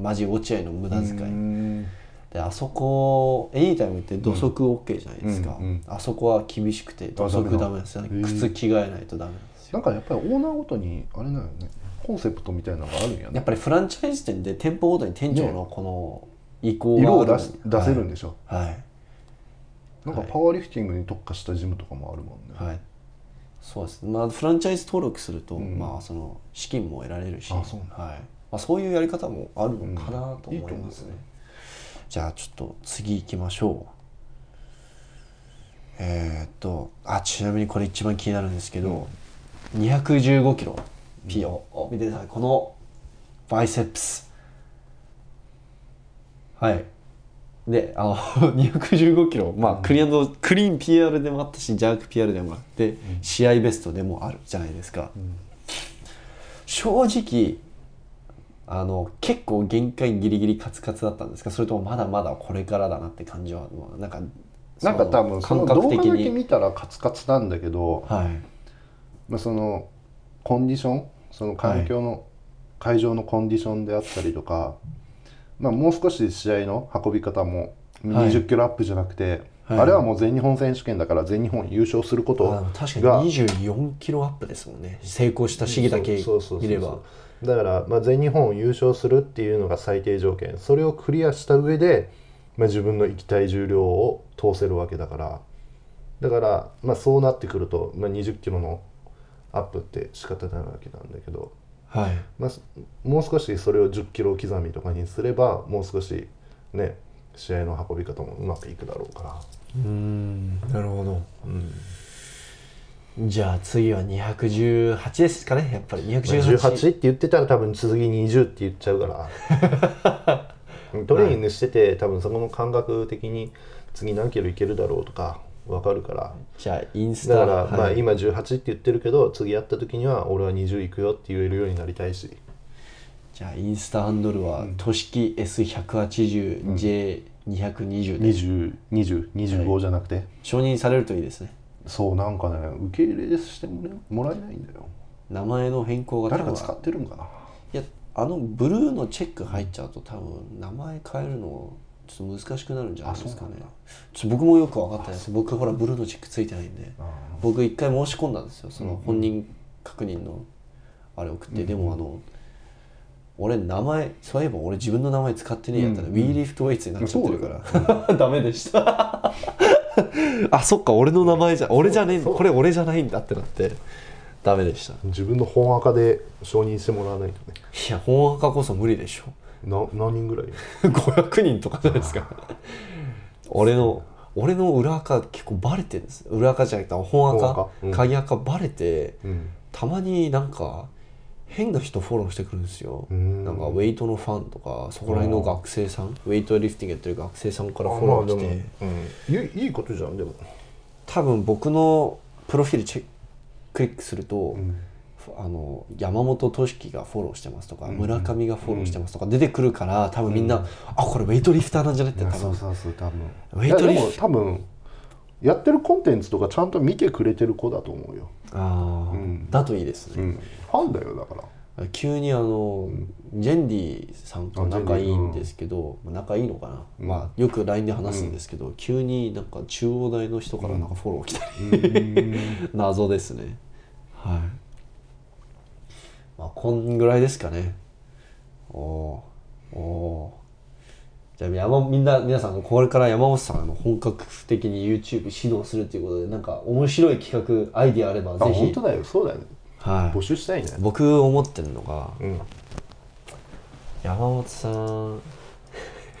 マジ落合の無駄遣い、
うん
であそこエニタイムって土足 OK じゃないですか、
うんうん
あそこは厳しくて土足ダメなんですよ
ダメ
ね
だ
靴着替えないとダメなんですよ
なんかやっぱりオーナーごとにあれなのよねコンセプトみたいなのがあるんや
やっ
ね
ぱりフランチャイズ店で店舗ごとに店長のこの意向
色を
があ
出
る
し出せるんでしょ、
はい
なんかパワーリフティングに特化したジムとかもあるもんね、
はい、そうですね、まあ、フランチャイズ登録すると、
ん
まあ、その資金も得られるし
あそうなん
はいまあ、そういうやり方もあるのかなと
うんいいと
思
思
いうますね、じゃあちょっと次行きましょうえーっとあちなみにこれ一番気になるんですけど、215キロ P を、お見てくださいこのバイセップスはいであの 215キロ、まあクリアンドクリーン PR でもあったしジャーク PR でもあって、試合ベストでもあるじゃないですか、正直あの結構限界ギリギリカツカツだったんですかそれともまだまだこれからだなって感じはもうなんか
なんか多分その動画だけ見たらカツカツなんだけど、
はい
まあ、そのコンディションその環境の、会場のコンディションであったりとか、まあ、もう少し試合の運び方も
はい
20キロアップじゃなくて、
はい
あれはもう全日本選手権だから全日本優勝するこ
あで
と
も確
が
かに24キロアップですもんね成功した試技だけ
そうそうそうそう
見れば
だから、まあ、全日本優勝するっていうのが最低条件それをクリアした上で、まあ、自分の行きたい重量を通せるわけだからだから、まあ、そうなってくると、まあ、2 0キロのアップって仕方ないわけなんだけど、
はい
まあ、すもう少しそれを1 0キロ刻みとかにすればもう少しね試合の運び方もうまくいくだろうから
うんなるほど、じゃあ次は218ですかねやっぱり218
18って言ってたら多分次20って言っちゃうから トレーニングしてて多分そこの感覚的に次何キロいけるだろうとか分かるから
じゃあインス
だか
タ
ら、まあ
はい
今18って言ってるけど次やった時には俺は20いくよって言えるようになりたいし
じゃあインスタハンドルは「としき S180J220」J220 で
202025じゃなくて、
承認されるといいですね
そうなんかね受け入れしてもらえもらえないんだよ
名前の変更が多
誰か
分
使ってるんかない
やあのブルーのチェック入っちゃうと多分名前変えるのちょっと難しくなるんじゃないですかねちょっと僕もよく分かってないです僕ほらブルーのチェックついてないんで僕一回申し込んだんですよその本人確認のあれ送って、でもあの俺名前そういえば俺自分の名前使ってねえやったら、ウィーリフトウェイツになっちゃってるから、ダメでした あそっか俺の名前じゃ俺じゃねえんだこれ俺じゃないんだってなってダメでした
自分の本赤で承認してもらわないとね
いや本赤こそ無理でしょ
な何人ぐらい
500人とかじゃないですか俺の俺の裏垢結構バレてるんです裏垢じゃなくて本
本
垢
垢うん
鍵垢バレて、
ん
たまになんか変な人フォローしてくるんですよ
ん
なんかウェイトのファンとかそこら辺の学生さんウェイトリフティングやってる学生さんからフォロー来て、
うん、いいいいことじゃんでも
多分僕のプロフィールチェックリックすると、
ん
ふあの山本俊樹がフォローしてますとか、
うん
村上がフォローしてますとか出てくるから多分みんな、あこれウェイトリフターなんじゃないって
い
多
や
分
そうそうそう多分
ウェイトリ
いや
フ
でも多分やってるコンテンツとかちゃんと見てくれてる子だと思うよ、
あー、
うん
だといいです
う
ね、
ん、ファンだよだから
急にあの、ジェンディさんと仲いいんですけど、仲いいのかな、
うん
まあよく LINE で話すんですけど、急になんか中央大の人からなんかフォロー来たり、 謎ですねはいまあこんぐらいですかねおーおーじゃあ山みんな皆さんこれから山本さんあの本格的に YouTube 指導するということでなんか面白い企画アイディアあれば
あ
ぜ
本
ひ
当だよそうだよね
はい
募集したいね
僕思ってるのが
うん
山本さん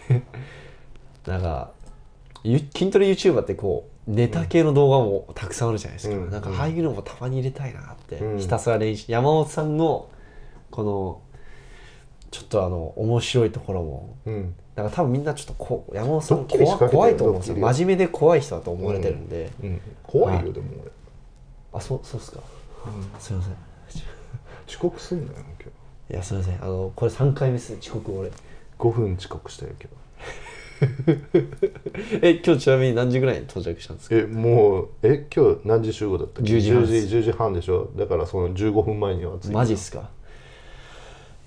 なんかゆ筋トレ YouTuber ってこうネタ系の動画もたくさんあるじゃないですか、
うん
なんかああいうのもたまに入れたいなって、
うん
ひたすら練習山本さんのこのちょっとあの面白いところも
うん
なんか多分みんなちょっとこう山本さん
ドッキリ仕
怖
掛けて
怖い
る
と思うんですよ
ドッキリを
真面目で怖い人だと思われてるんで、
うん
怖い
は
よでも俺
あそうそうっすか、すいません
遅刻すんだよ今
いやすいませんあのこれ3回目です遅刻俺
日5分遅刻したよ今
え今日ちなみに何時ぐらいに到着したんですか
日えもうえ今日何時集合だったっけ
10時半
10時10時半でしょだからその15分前には着いた
マジっすか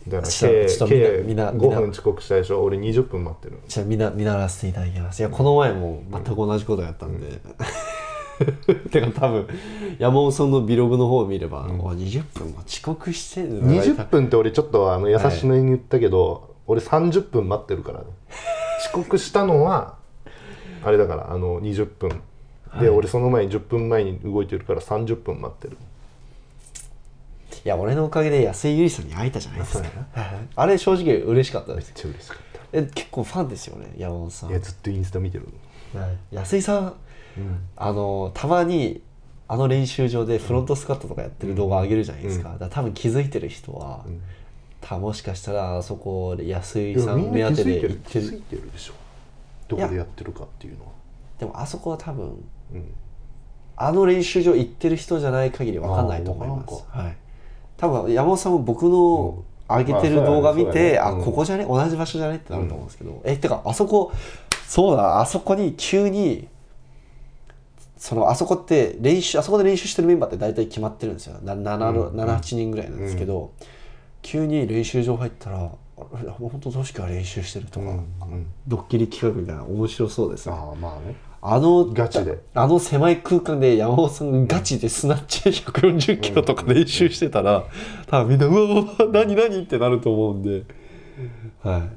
だから
ちょっ
計
とちょっと
計
みんなみんな
5分遅刻したでしょ俺20分待ってる
じゃあ見な見習わせていただきますいやこの前も全く同じことやったん で、てか多分山本さんのビログの方を見れば、おい20分も遅刻してるの
20分って俺ちょっとあの優しめに言ったけど、俺30分待ってるからね遅刻したのはあれだからあの20分で、俺その前に10分前に動いてるから30分待ってる
いや俺のおかげで安井友里さんに会えたじゃないですかあれ正直嬉しかったです
超嬉しかっ
え結構ファンですよね山本さん
たいやずっとインスタ見てる
はい安井さん、あのたまにあの練習場でフロントスカットとかやってる動画上げるじゃないですか,、だから多分気づいてる人は、たもしかしたらあそこで安井
いや
さ
み
ん
ん
目
な
当て
気づ
で
いて
行っ
る気
て
づ
る
いてるでしょどこでやってるかっていうのは
でもあそこは多分あの練習場行ってる人じゃない限り分かんないと思います、はい、多分山本さんも僕の上げてる
まあそうだね
動画見て、
そうだ
あ
ねうん
ここじゃね同じ場所じゃねってなると思うんですけど、えてかあそこそうだあそこに急にそのあそこって練習あそこで練習してるメンバーって大体決まってるんですよななな78人ぐらいなんですけど、急に練習場入ったら「あれ本当トシキは練習してる」とか、ドッキリ企画みたいな面白そうですね
ああまあね
あの
ガチで
あの狭い空間で山本さんがガチでスナッチ140キロとか練習してたら多分みんな「うわうわ何何?」ってなると思うんでは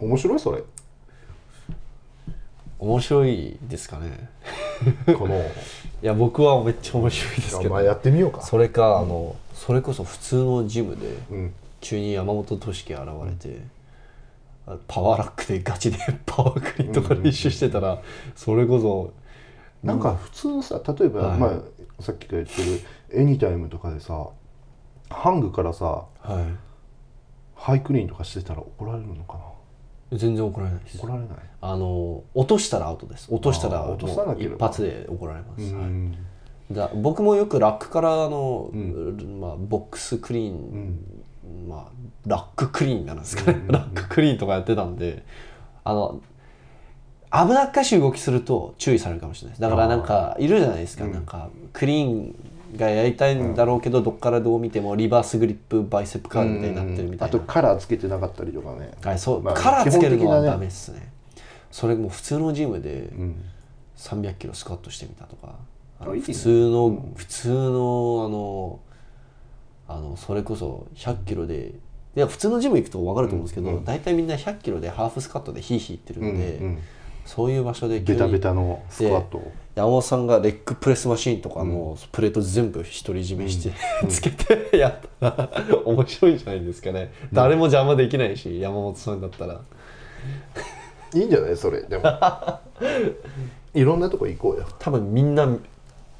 い
面白いそれ
面白いですかね
この
いや僕はめっちゃ面白いですけ
まあや
ど
ってみようか
それかあのそれこそ普通のジムで
うん
急に山本俊樹現れてあパワーラックでガチで パワークリーンとか練習してたらそれこそ
なんか普通のさ例えば、
はい
まあ、さっきから言ってる「エニタイム」とかでさハングからさ
は
ハイクリーンとかしてたら怒られるのかない
全然怒られないです
怒られない、
あの落としたらアウトです落としたら
あー
もう
落とさなければ
一発で怒られます、
うん
だ僕もよくラックからあの、
ん
まあ、ボックスクリーン、
うん
まあ、ラッククリーンなんですかね、ラッククリーンとかやってたんであの危なっかしい動きすると注意されるかもしれないですだからなんかいるじゃないですか、なんかクリーンがやりたいんだろうけど、どっからどう見てもリバースグリップバイセップカードみたいになってるみたいな、
あとカラーつけてなかったりとかね
はい、そう、
まあ
カラーつけるのは
基本的なね
ダメですねそれもう普通のジムで
ん
3 0 0キロスカットしてみたとか、あの
あいいね
普通の、普通のあのあのそれこそ1 0 0キロでいや普通のジム行くと分かると思うんですけど、大体みんな1 0 0キロでハーフスカットでヒーヒー言ってるんで、
うんうん
そういう場所で急
ベ
に
タベタのスクワットを
山本さんがレッグプレスマシーンとかのプレート全部独り占めして、 つけてやったら面白いんじゃないですかね、誰も邪魔できないし山本さんだったら
いいんじゃないそ れでもいろんなとこ行こうよ
多分みんな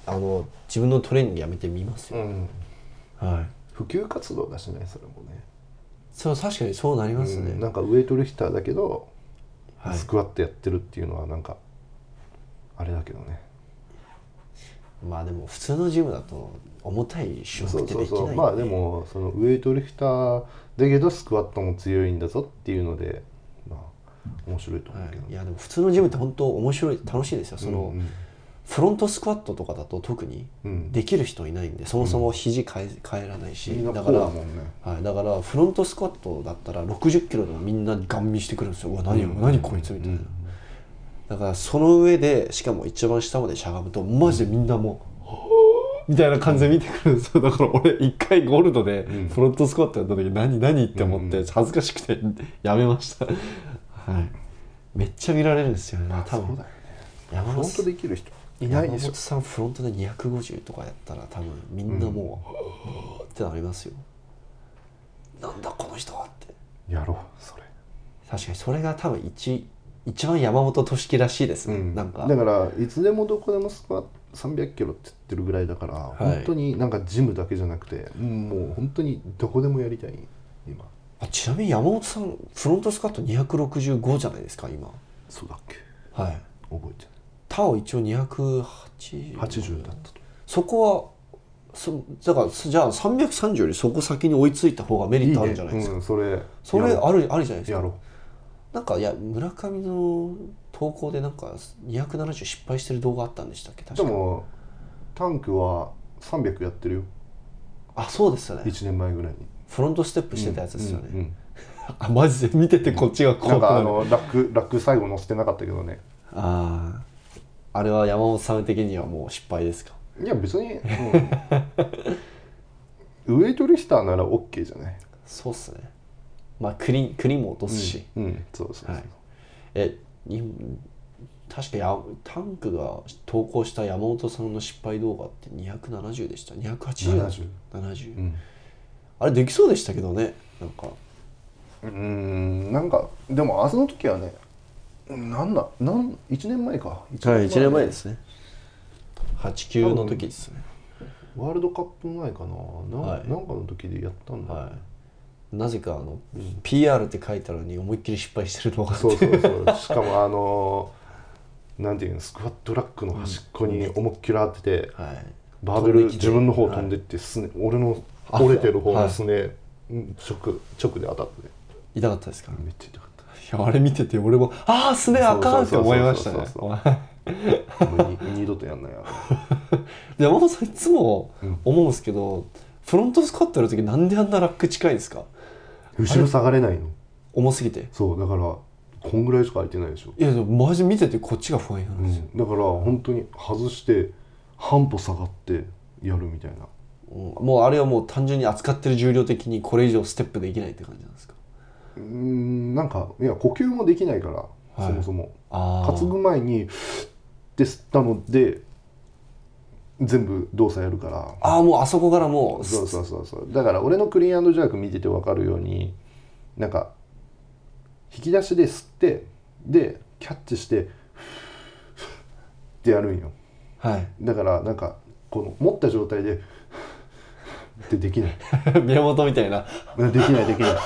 あの自分のトレーニングやめてみますよ、
うん
はい
普及活動だしねそれもね
そう確かにそうなりますね、
うんなんかウエイトリフターだけど、
はい
スクワットやってるっていうのはなんかあれだけどね
まあでも普通のジムだと重たい種
そ
目っ
う
て
そ
できな
う
い
そ
ん
う
で
まあでもそのウエイトリフターだけどスクワットも強いんだぞっていうのでまあ面白いと思うけど、
はい、いやでも普通のジムって本当面白い楽しいですよその、
うんうん
フロントスクワットとかだと特に
うん
できる人いないんで、そもそも肘変え変えらないし、
みんな
だ
こ
か
う
ら、
だもんね
はい、だからフロントスクワットだったら60キロでもみんなガン見してくるんですようわ何よ、
うん
何こいつみたいな、
うん
だからその上でしかも一番下までしゃがむとマジでみんなもう、 みたいな感じで見てくるんですよだから俺一回ゴールドで
うん
フロントスクワットやった時何何って思って
う
恥ずかしくてやめましたはいめっちゃ見られるんですよね多分山
フ
本
ロン
さ
ト
ん
できる人
い
い
な
ないい
でし
でし
ょ山本
ょ
さんフロントで250とかやったら多分みんなもう、ってなりますよなんだこの人はって
やろうそれ
確かにそれが多分一一番山本俊樹らしいですね、
うん
なんか
だからいつでもどこでもスクワット300キロって言ってるぐらいだから、
い
本当になんかジムだけじゃなくてうんもう本当にどこでもやりたい今
あちなみに山本さんフロントスカット265じゃないですか今
そうだっけ
はい
覚えて
他を一応
な
280
い80だったと
そこはそだからそじゃあ330よりそこ先に追いついた方がメリットあるんじゃないですか
うん、それ
それ
やろ
あるあるじゃないうです
やろ
か
う
なんかいや村上の投稿でなんか270失敗してる動画あったんでしたっけ確
で
か
もタンクは300やってるよ
あそうですよね
1年前ぐらいに
フロントステップしてたやつですよね、
うんうん
あマジで見ててこっちが
な
怖
ん
くな
か
る
あのラックラック最後乗せてなかったけどね
あああれは山本さん的にはもう失敗ですか
いや別に、うん、ウエイトリフターなら OK じゃない
そうっすねまあクリクリも落とすし、
うんそうそうそう、
はいえに確かやタンクが投稿した山本さんの失敗動画って270でした28070、
70
70
うん
あれできそうでしたけどねなんか
うーんなんかでもあその時はねなんだなん1年前か1
はい1年前ですね89の時ですね
ワールドカップ前かなな,、
はい
なんかの時でやったんだ、
はいなぜかあの、PR って書いたのに思いっきり失敗してる動画
そうそうそうしかもあのーなんていうのスクワットラックの端っこに思いっきり当てて、
はい
バーベル
飛んできて
自分の方飛んでってすね、俺の折れてる方のすね、うん直直で当たってね
痛かったですか
めっちゃ痛かっ
いやあれ見てて俺も「ああすねあかん!」って思いましたね
そうそうたもうに二度とやんないや
で山本さんいつも
うん
思うんですけど、フロントスカットやる時なんであんなラック近いんですか
後ろ下がれないの
重すぎて
そうだからこんぐらいしか空いてないでしょ、
いやでもマジ見ててこっちが不安なん
う
ですよ、
ん、だから本当に外して半歩下がってやるみたいな
うんもうあれはもう単純に扱ってる重量的にこれ以上ステップできないって感じなんですか
うーんなんかいや呼吸もできないから、
はい
そもそも
あ
担ぐ前にって吸ったので全部動作やるから
あーもうあそこからもう
そうそうそうそうだから俺のクリーンジャーク見てて分かるようになんか引き出しで吸ってでキャッチしてってやるんよ
はい
だからなんかこの持った状態でってできない
宮本みたいな
できないできない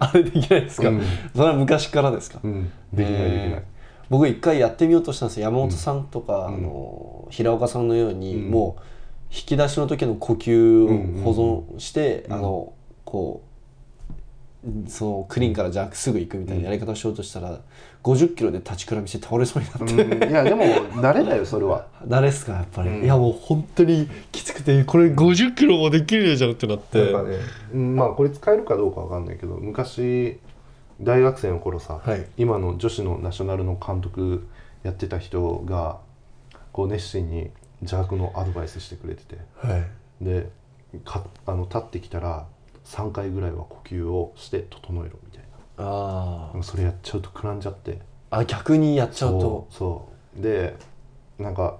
あれできないですか、
うん
それは昔からですか、
うん、うん、できないできない
えー僕一回やってみようとしたんですよ山本さんとか、あの平岡さんのように、
うん
もう引き出しの時の呼吸を保存して、
ん
あのこうそのクリーンからジャークすぐ行くみたいなやり方をしようとしたら、50キロで立ちくらみして倒れそうになって、
うんいやでも慣れだよそれは
誰っすかやっぱり、
うん
いやもう本当にきつくてこれ50キロもできるじゃんってなって
なんかね、うんまあこれ使えるかどうかわかんないけど昔大学生の頃さ、
はい
今の女子のナショナルの監督やってた人がこう熱心に邪悪のアドバイスしてくれてて
はい
でかあの立ってきたら3回ぐらいは呼吸をして整えろみたい
あ
なそれやっちゃうとくらんじゃって
ーあ逆にやっちゃうと
そうそうでなんか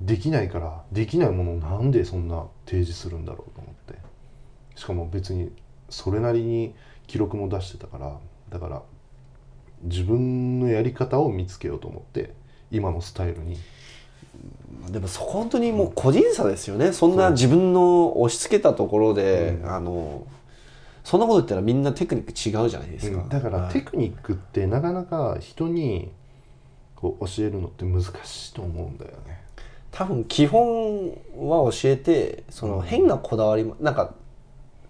できないからできないものをなんでそんな提示するんだろうと思ってしかも別にそれなりに記録も出してたからだから自分のやり方を見つけようと思って今のスタイルに
でもそこ本当にもう個人差ですよねそんな自分の押し付けたところで、
うん
あのそんなこと言ったらみんなテクニック違うじゃないですか、
うんだから
はい
テクニックってなかなか人にこう教えるのって難しいと思うんだよね
多分基本は教えてその変なこだわりもなんか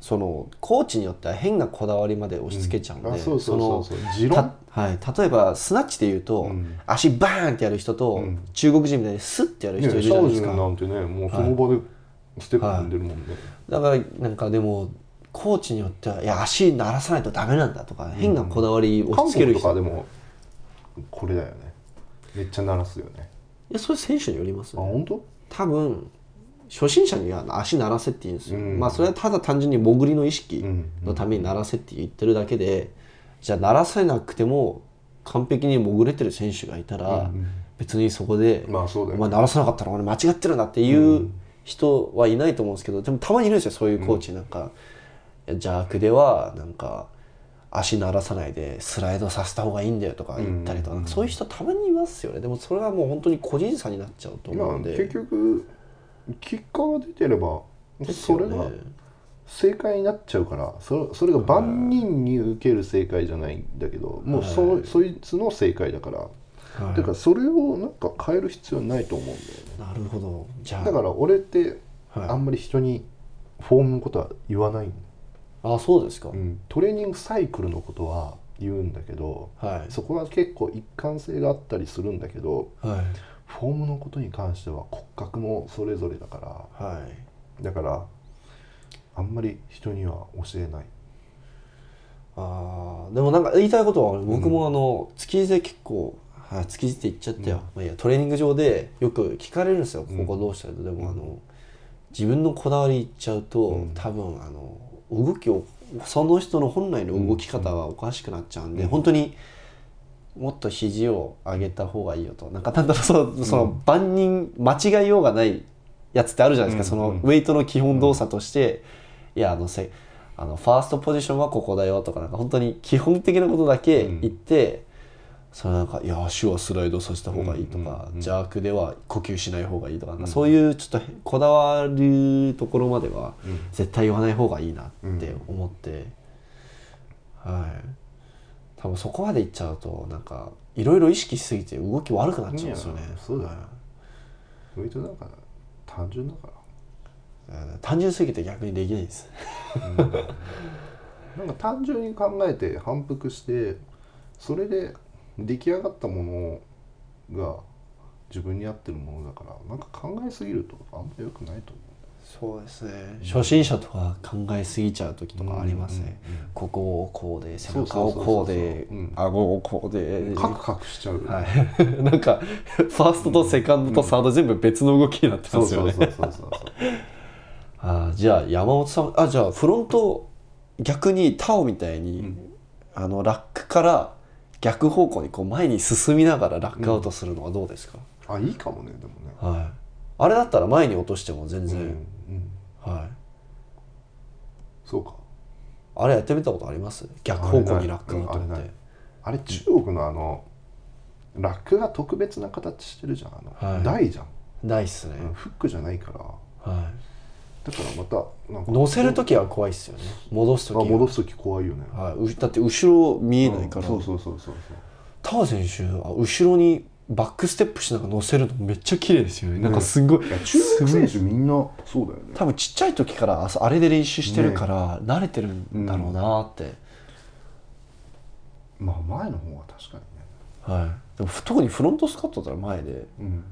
そのコーチによっては変なこだわりまで押し付けちゃうんで、
あそうそうそうそう持
その
論
たはい、例えばスナッチで言うと、
ん
足バーンってやる人と、
ん
中国人みたいにスッてやる
ねシ
人いるじゃ
ャ
な
オ
いで
ジ
すか、
ュンなんてねもうその場でステップ踏んでるもんね、
だからなんかでもコーチによってはいや足鳴らさないとダメなんだとか変なこだわり押
韓
し付け
国
る
と
人、
か
い
でもこれだよねめっちゃ鳴らすよね
やそれ選手によります
あ
ね
本当
多分初心者には足鳴らせって言うんですよ、
うん
まあそれはただ単純に潜りの意識
ん
のために鳴らせって言ってるだけで、じゃあ鳴らせなくても完璧に潜れてる選手がいたら、別にそこで、
まあそうだよ
お前鳴らさなかったら俺間違ってるなっていう人はいないと思うんですけどでもたまにいるんですよそういうコーチなんか、邪悪ではなんか足鳴らさないでスライドさせた方がいいんだよとか言ったりとか,、そういう人たまにいますよねでもそれはもう本当に個人差になっちゃうと
ま
思
あ
うんで、
結局結果が出てれば
です
そ
よ
れ
ね
が正解になっちゃうからそそれが万人に受ける正解じゃないんだけどもうそ,、そいつの正解だから、
はい
だからそれをなんか変える必要ないと思うんだよね
なるほどじゃあ
だから俺って
はい
あんまり人にフォームのことは言わないんだよ
あそうですか、
うんトレーニングサイクルのことは言うんだけど
はい
そこは結構一貫性があったりするんだけど
はい
フォームのことに関しては骨格もそれぞれだから
はい
だからあんまり人には教えない
あーでもなんか言いたいことは僕もあの、築地で結構あ築地って言っちゃったよ、まあ、いいやトレーニング上でよく聞かれるんですよ、ここどうしたらいいとでもあの自分のこだわり言っちゃうと、多分あの動きをその人の本来の動き方がおかしくなっちゃうんで、本当にもっと肘を上げた方がいいよとなんかなんだろうそのその万人間違いようがないやつってあるじゃないですか、そのウェイトの基本動作として、いやあのせあのファーストポジションはここだよとかなんか本当に基本的なことだけ言って、それなんかいや足はスライドさせた方がいいとか、邪悪では呼吸しない方がいいとか、そういうちょっとこだわるところまでは絶対言わない方がいいなって思って、はい多分そこまでいっちゃうとなんかいろいろ意識しすぎて動き悪くなっちゃうんですよね
いやそうだよウェイトなんか単純だか
うん単純すぎて逆にできないです
らなんか単純に考えて反復してそれで出来上がったものが自分に合ってるものだからなんか考えすぎるとあんま良くないと思う
そうですね初心者とか考えすぎちゃう時とかありますね、ここをこうで背中をこうで
そうそうそうそううん
顎をこうで、
カクカクしちゃうよね、
はい、 なんかファーストとセカンドとサード全部別の動きになって
そ
ま
う
す
そ
よ
う
ね
そうそうそうそう
あーじゃあ山本さんあじゃあフロント逆にタオみたいに、あのラックから逆方向にこう前に進みながらラックアウトするのはどうですか、
あいいかもねでもね
はい、あれだったら前に落としても全
うん、う
然、
ん、
はい、
そうか
あれやってみたことあります逆方向にラックアウト
あれ
っ
ない
て
あれ中国のあのラックが特別な形してるじゃんあの、
はい
台じゃん
ないっすね、
フックじゃないから
は
だからまたなんか
い、乗せる時は怖いっすよね戻す時
あ
は
戻す時怖いよね
はいうだって後ろ見えないから、
そうそうそうそう
タワ選手あ後ろにバックステップしながら乗せるのめっちゃ綺麗ですよねなんかすごい,、
いや中国選手みんなそうだよね
多分ちっちゃい時からあそあれで練習してるから慣れてるんだろうなって、
まあ前の方は確かにね
はい、でもふ特にフロントスカットだったら前で
うん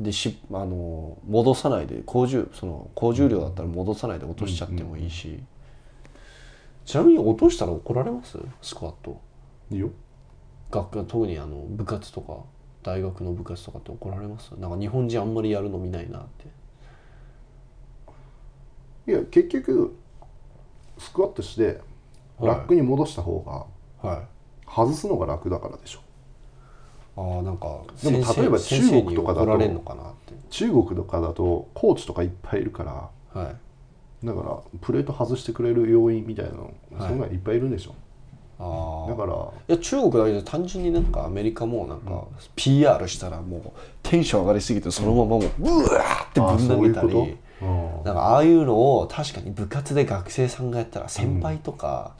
でしあの戻さないで高重その高重量だったら戻さないで落としちゃってもいいし、ちなみに落としたら怒られますスクワット
いいよ
学校特にあの部活とか大学の部活とかって怒られますなんか日本人あんまりやるの見ないなって
いや結局スクワットして
はい
ラックに戻した方が
はい
外すのが楽だからでしょ
ああなんか
で
先
も
生
例えば
先
中
生
国
に
とかだと
怒られるのかなって
中国とかだとコーチとかいっぱいいるから
はい
だからプレート外してくれる要員みたいなの、
はい
そんなんいっぱいいるんでしょ
あ
だ
あ
から
いや中国だけじゃ単純になんかアメリカもなんか PR したらもうテンション上がりすぎてそのままもううわーってぶん投げた
あーそういう
り
ことうん
なんかああいうのを確かに部活で学生さんがやったら先輩とか、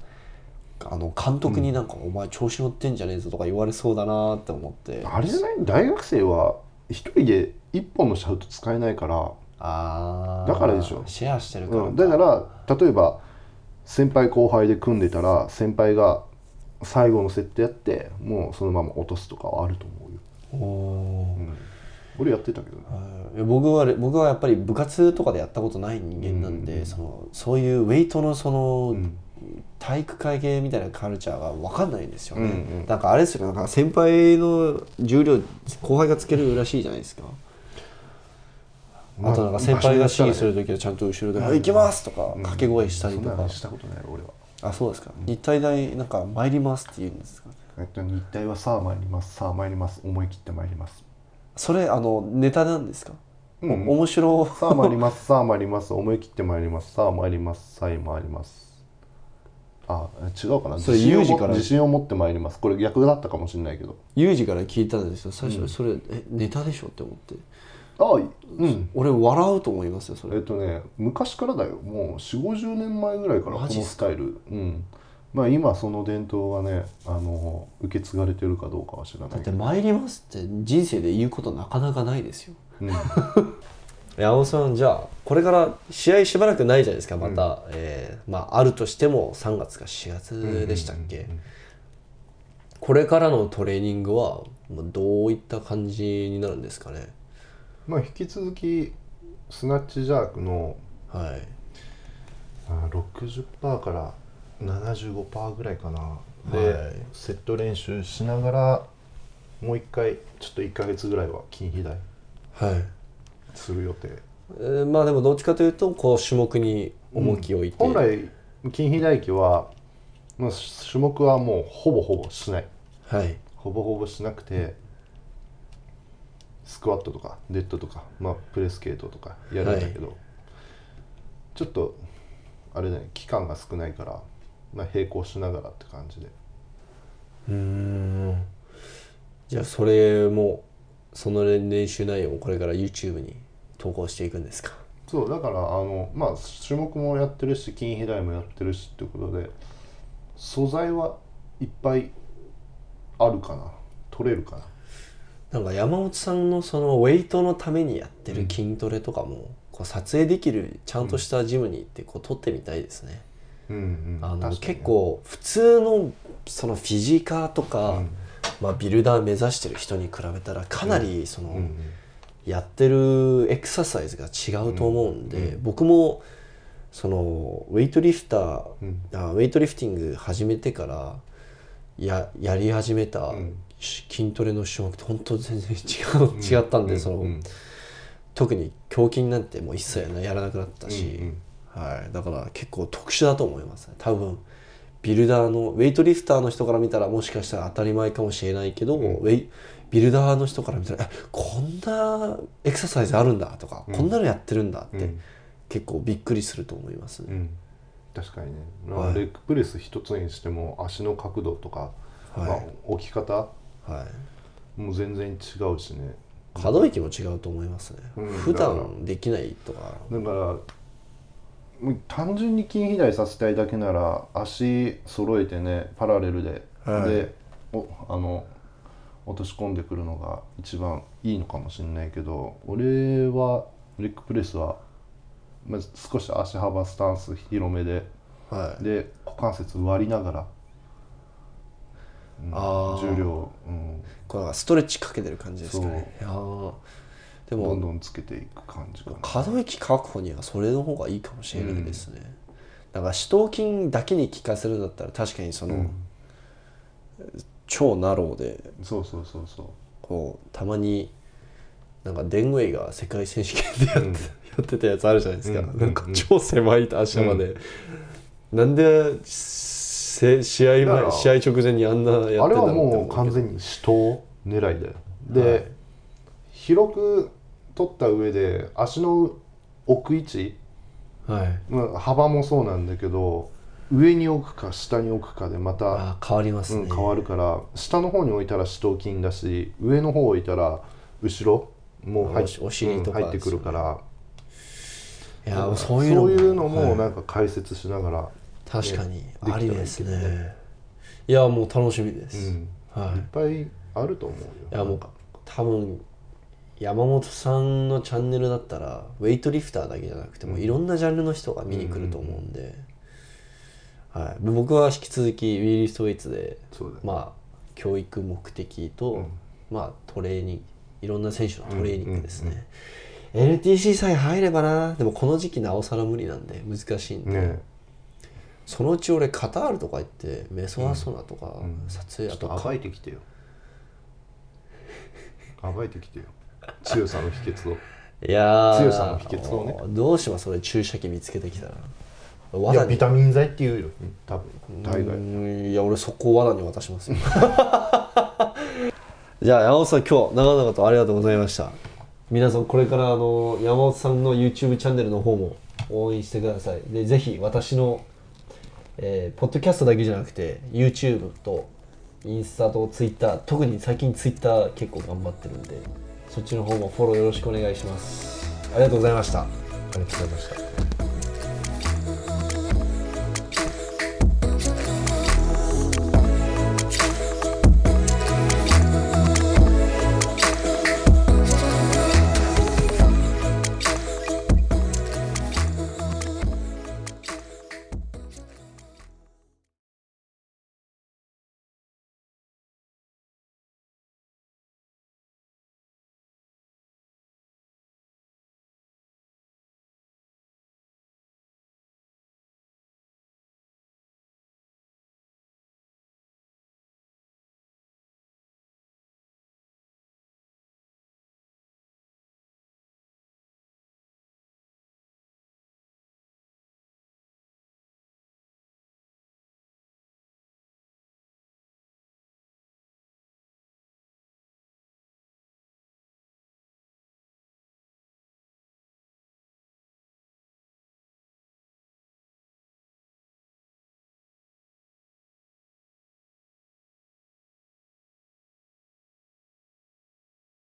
あの監督になんか「お前調子乗ってんじゃねえぞ」とか言われそうだなーって思って、
あれじゃない大学生は一人で一本のシャフト使えないから、
あー
だからでしょ
シェアしてるから、
うん、だから例えば先輩後輩で組んでたら先輩が最後のセットやってもうそのまま落とすとかはあると思うよ、
おおー、
うん、俺やってたけどね
はいいや僕は僕はやっぱり部活とかでやったことない人間なんで、
うん
そのそういうウェイトのその、
ん
体育会系みたいなカルチャーが分かんないんですよね、
うんうん
なんかあれですよねなんか先輩の重量後輩がつけるらしいじゃないですか、あとなんか先輩が指示する時はちゃんと後ろで「行きます!」とか掛け声したり
そ
と
んな
か、
のしたことない俺は
あそうですか日体大なんか「参ります」って言うんですか
えっと日体はさあ参りますさあ参ります思い切って参ります
それあのネタなんですか
もう
面白
さあ参りますさあ参ります思い切って参りますさあ参りますさあ参りますあ違うかな
それ
自信
ユ
を
ージ
も
から
自信を持って参りますこれ逆だったかもしれないけど
ユージから聞いたんですよ最初それ、えネタでしょって思って
あうん
俺笑うと思いますよそ
えっ
れ
とね昔からだよもう4 5 0年前ぐらいからこ
マ
の
ジっす
スタイルうんまあ今その伝統がねあの受け継がれてるかどうかは知らな
だ
い
っ
け
て「
ど、
参ります」って人生で言うことなかなかないですよ
うん、
山本さんじゃあこれから試合しばらくないじゃないですかまた、えーまあ、あるとしても3月か4月でしたっけ、これからのトレーニングはまあどういった感じになるんですかね
まあ引き続きスナッチジャークの
はい
あ60%から75%ぐらいかなで、
はい
セット練習しながらもう一回ちょっと1ヶ月ぐらいは筋肥大
はい、
する予定
えーまあでもどっちかというとこう種目に重きを置いて、
本来筋肥大期は、まあ、種目はもうほぼほぼしない
はい
ほぼほぼしなくてスクワットとかデッドとか、まあ、プレスケートとかやるんだけど、ちょっとあれだね期間が少ないから、まあ、並行しながらって感じで
うーんじゃあそれもその練習内容もこれから YouTube に投稿していくんですか
そうだからあのまあ種目もやってるし筋肥大もやってるしってことで素材はいっぱいあるかな取れるか
な
な
んか山本さんのそのウェイトのためにやってる筋トレとかも、こう撮影できるちゃんとしたジムに行ってこう撮ってみたいですね。
うんうん
あの
確かにね
結構普通のそのフィジカーとか、まあ、ビルダー目指してる人に比べたらかなりその、やってるエクササイズが違うと思うんで、僕もそのウェイトリフター、
うん
あウェイトリフティング始めてからややり始めた
ん
し筋トレの種目って本当全然違う、違ったんで、その、
うん
特に胸筋なんてもう一切やらやらなくなったし、
うん
はい、だから結構特殊だと思いますね多分ビルダーのウェイトリフターの人から見たらもしかしたら当たり前かもしれないけど、ウェイビルダーの人から見たらえこんなエクササイズあるんだとか、こんなのやってるんだって、
うん
結構びっくりすると思います
う
ね、
ん確かにね、まあ
はい
レッグプレス一つにしても足の角度とか、
はい
まあ、置き方
はい、
も全然違うしね
可動域も違うと思いますね、
うん
普
だか
段できないとか
だからもう単純に筋肥大させたいだけなら足揃えてねパラレルで、
はい
でおあの落とし込んでくるのが一番いいのかもしれないけど俺はレッグプレスは、まあ、少し足幅スタンス広めで
はい
で股関節割りながら、うん
あー
重量、うん、
こうストレッチかけてる感じですかねいやーで
ど
も
んどんつけていく感じかな
可動域確保にはそれの方がいいかもしれないですね、だから四頭筋だけに効かせるんだったら確かにその、超ナローで
そうそうそうそう
こうたまになんかデンウェイが世界選手権でやって,、やってたやつあるじゃないですか、
うん
なんか超狭い足まで、なんでせ試合
だから
前試合直前にあんなやってたの
あれは
って
も
思
う
けど
完全に死闘狙いだよで、
はい
広く取った上で足の置く位置、
はい
まあ、幅もそうなんだけど上に置くか下に置くかでまた、
あー変わります
う
ね、
ん、変わるから下の方に置いたら四頭筋だし上の方置いたら後ろも入っ
おしお尻とか
うん入ってくるから
いやーそういうのも
も
はい
なんか解説しながら、
確かに
できた
あ
ら
り
いい
です
けどね
ねいやもう楽しみで
う
す、
ん
はい
いっぱいあると思うよ
いやもう多分山本さんのチャンネルだったらウェイトリフターだけじゃなくてもういろんなジャンルの人が見に来ると思うんで、はい、僕は引き続きウィーリストウェイツで
そうだよ
まあ教育目的と、
ん
まあトレーニングいろんな選手のトレーニングですね、LTC さえ入ればなでもこの時期なおさら無理なんで難しいんで、
ね
そのうち俺カタールとか行ってメソアソナとか
ん
撮影
ちょ
あ
っ
と
と暴いて きてよ暴いてきてよ強さの秘訣を
いやー
強さの秘訣をね
どうしますそれ注射器見つけてきたら
いや
罠に
ビタミン剤っていうよ
多分大概
うんいや俺そこを罠に渡しますよ じゃあ山本さん今日長々とありがとうございました皆さんこれからあの山本さんの YouTube チャンネルの方も応援してくださいでぜひ私の、えーポッドキャストだけじゃなくて YouTube とインスタと Twitter 特に最近 Twitter 結構頑張ってるんでそっちの方もフォローよろしくお願いしますありがとうございました
ありがとうございました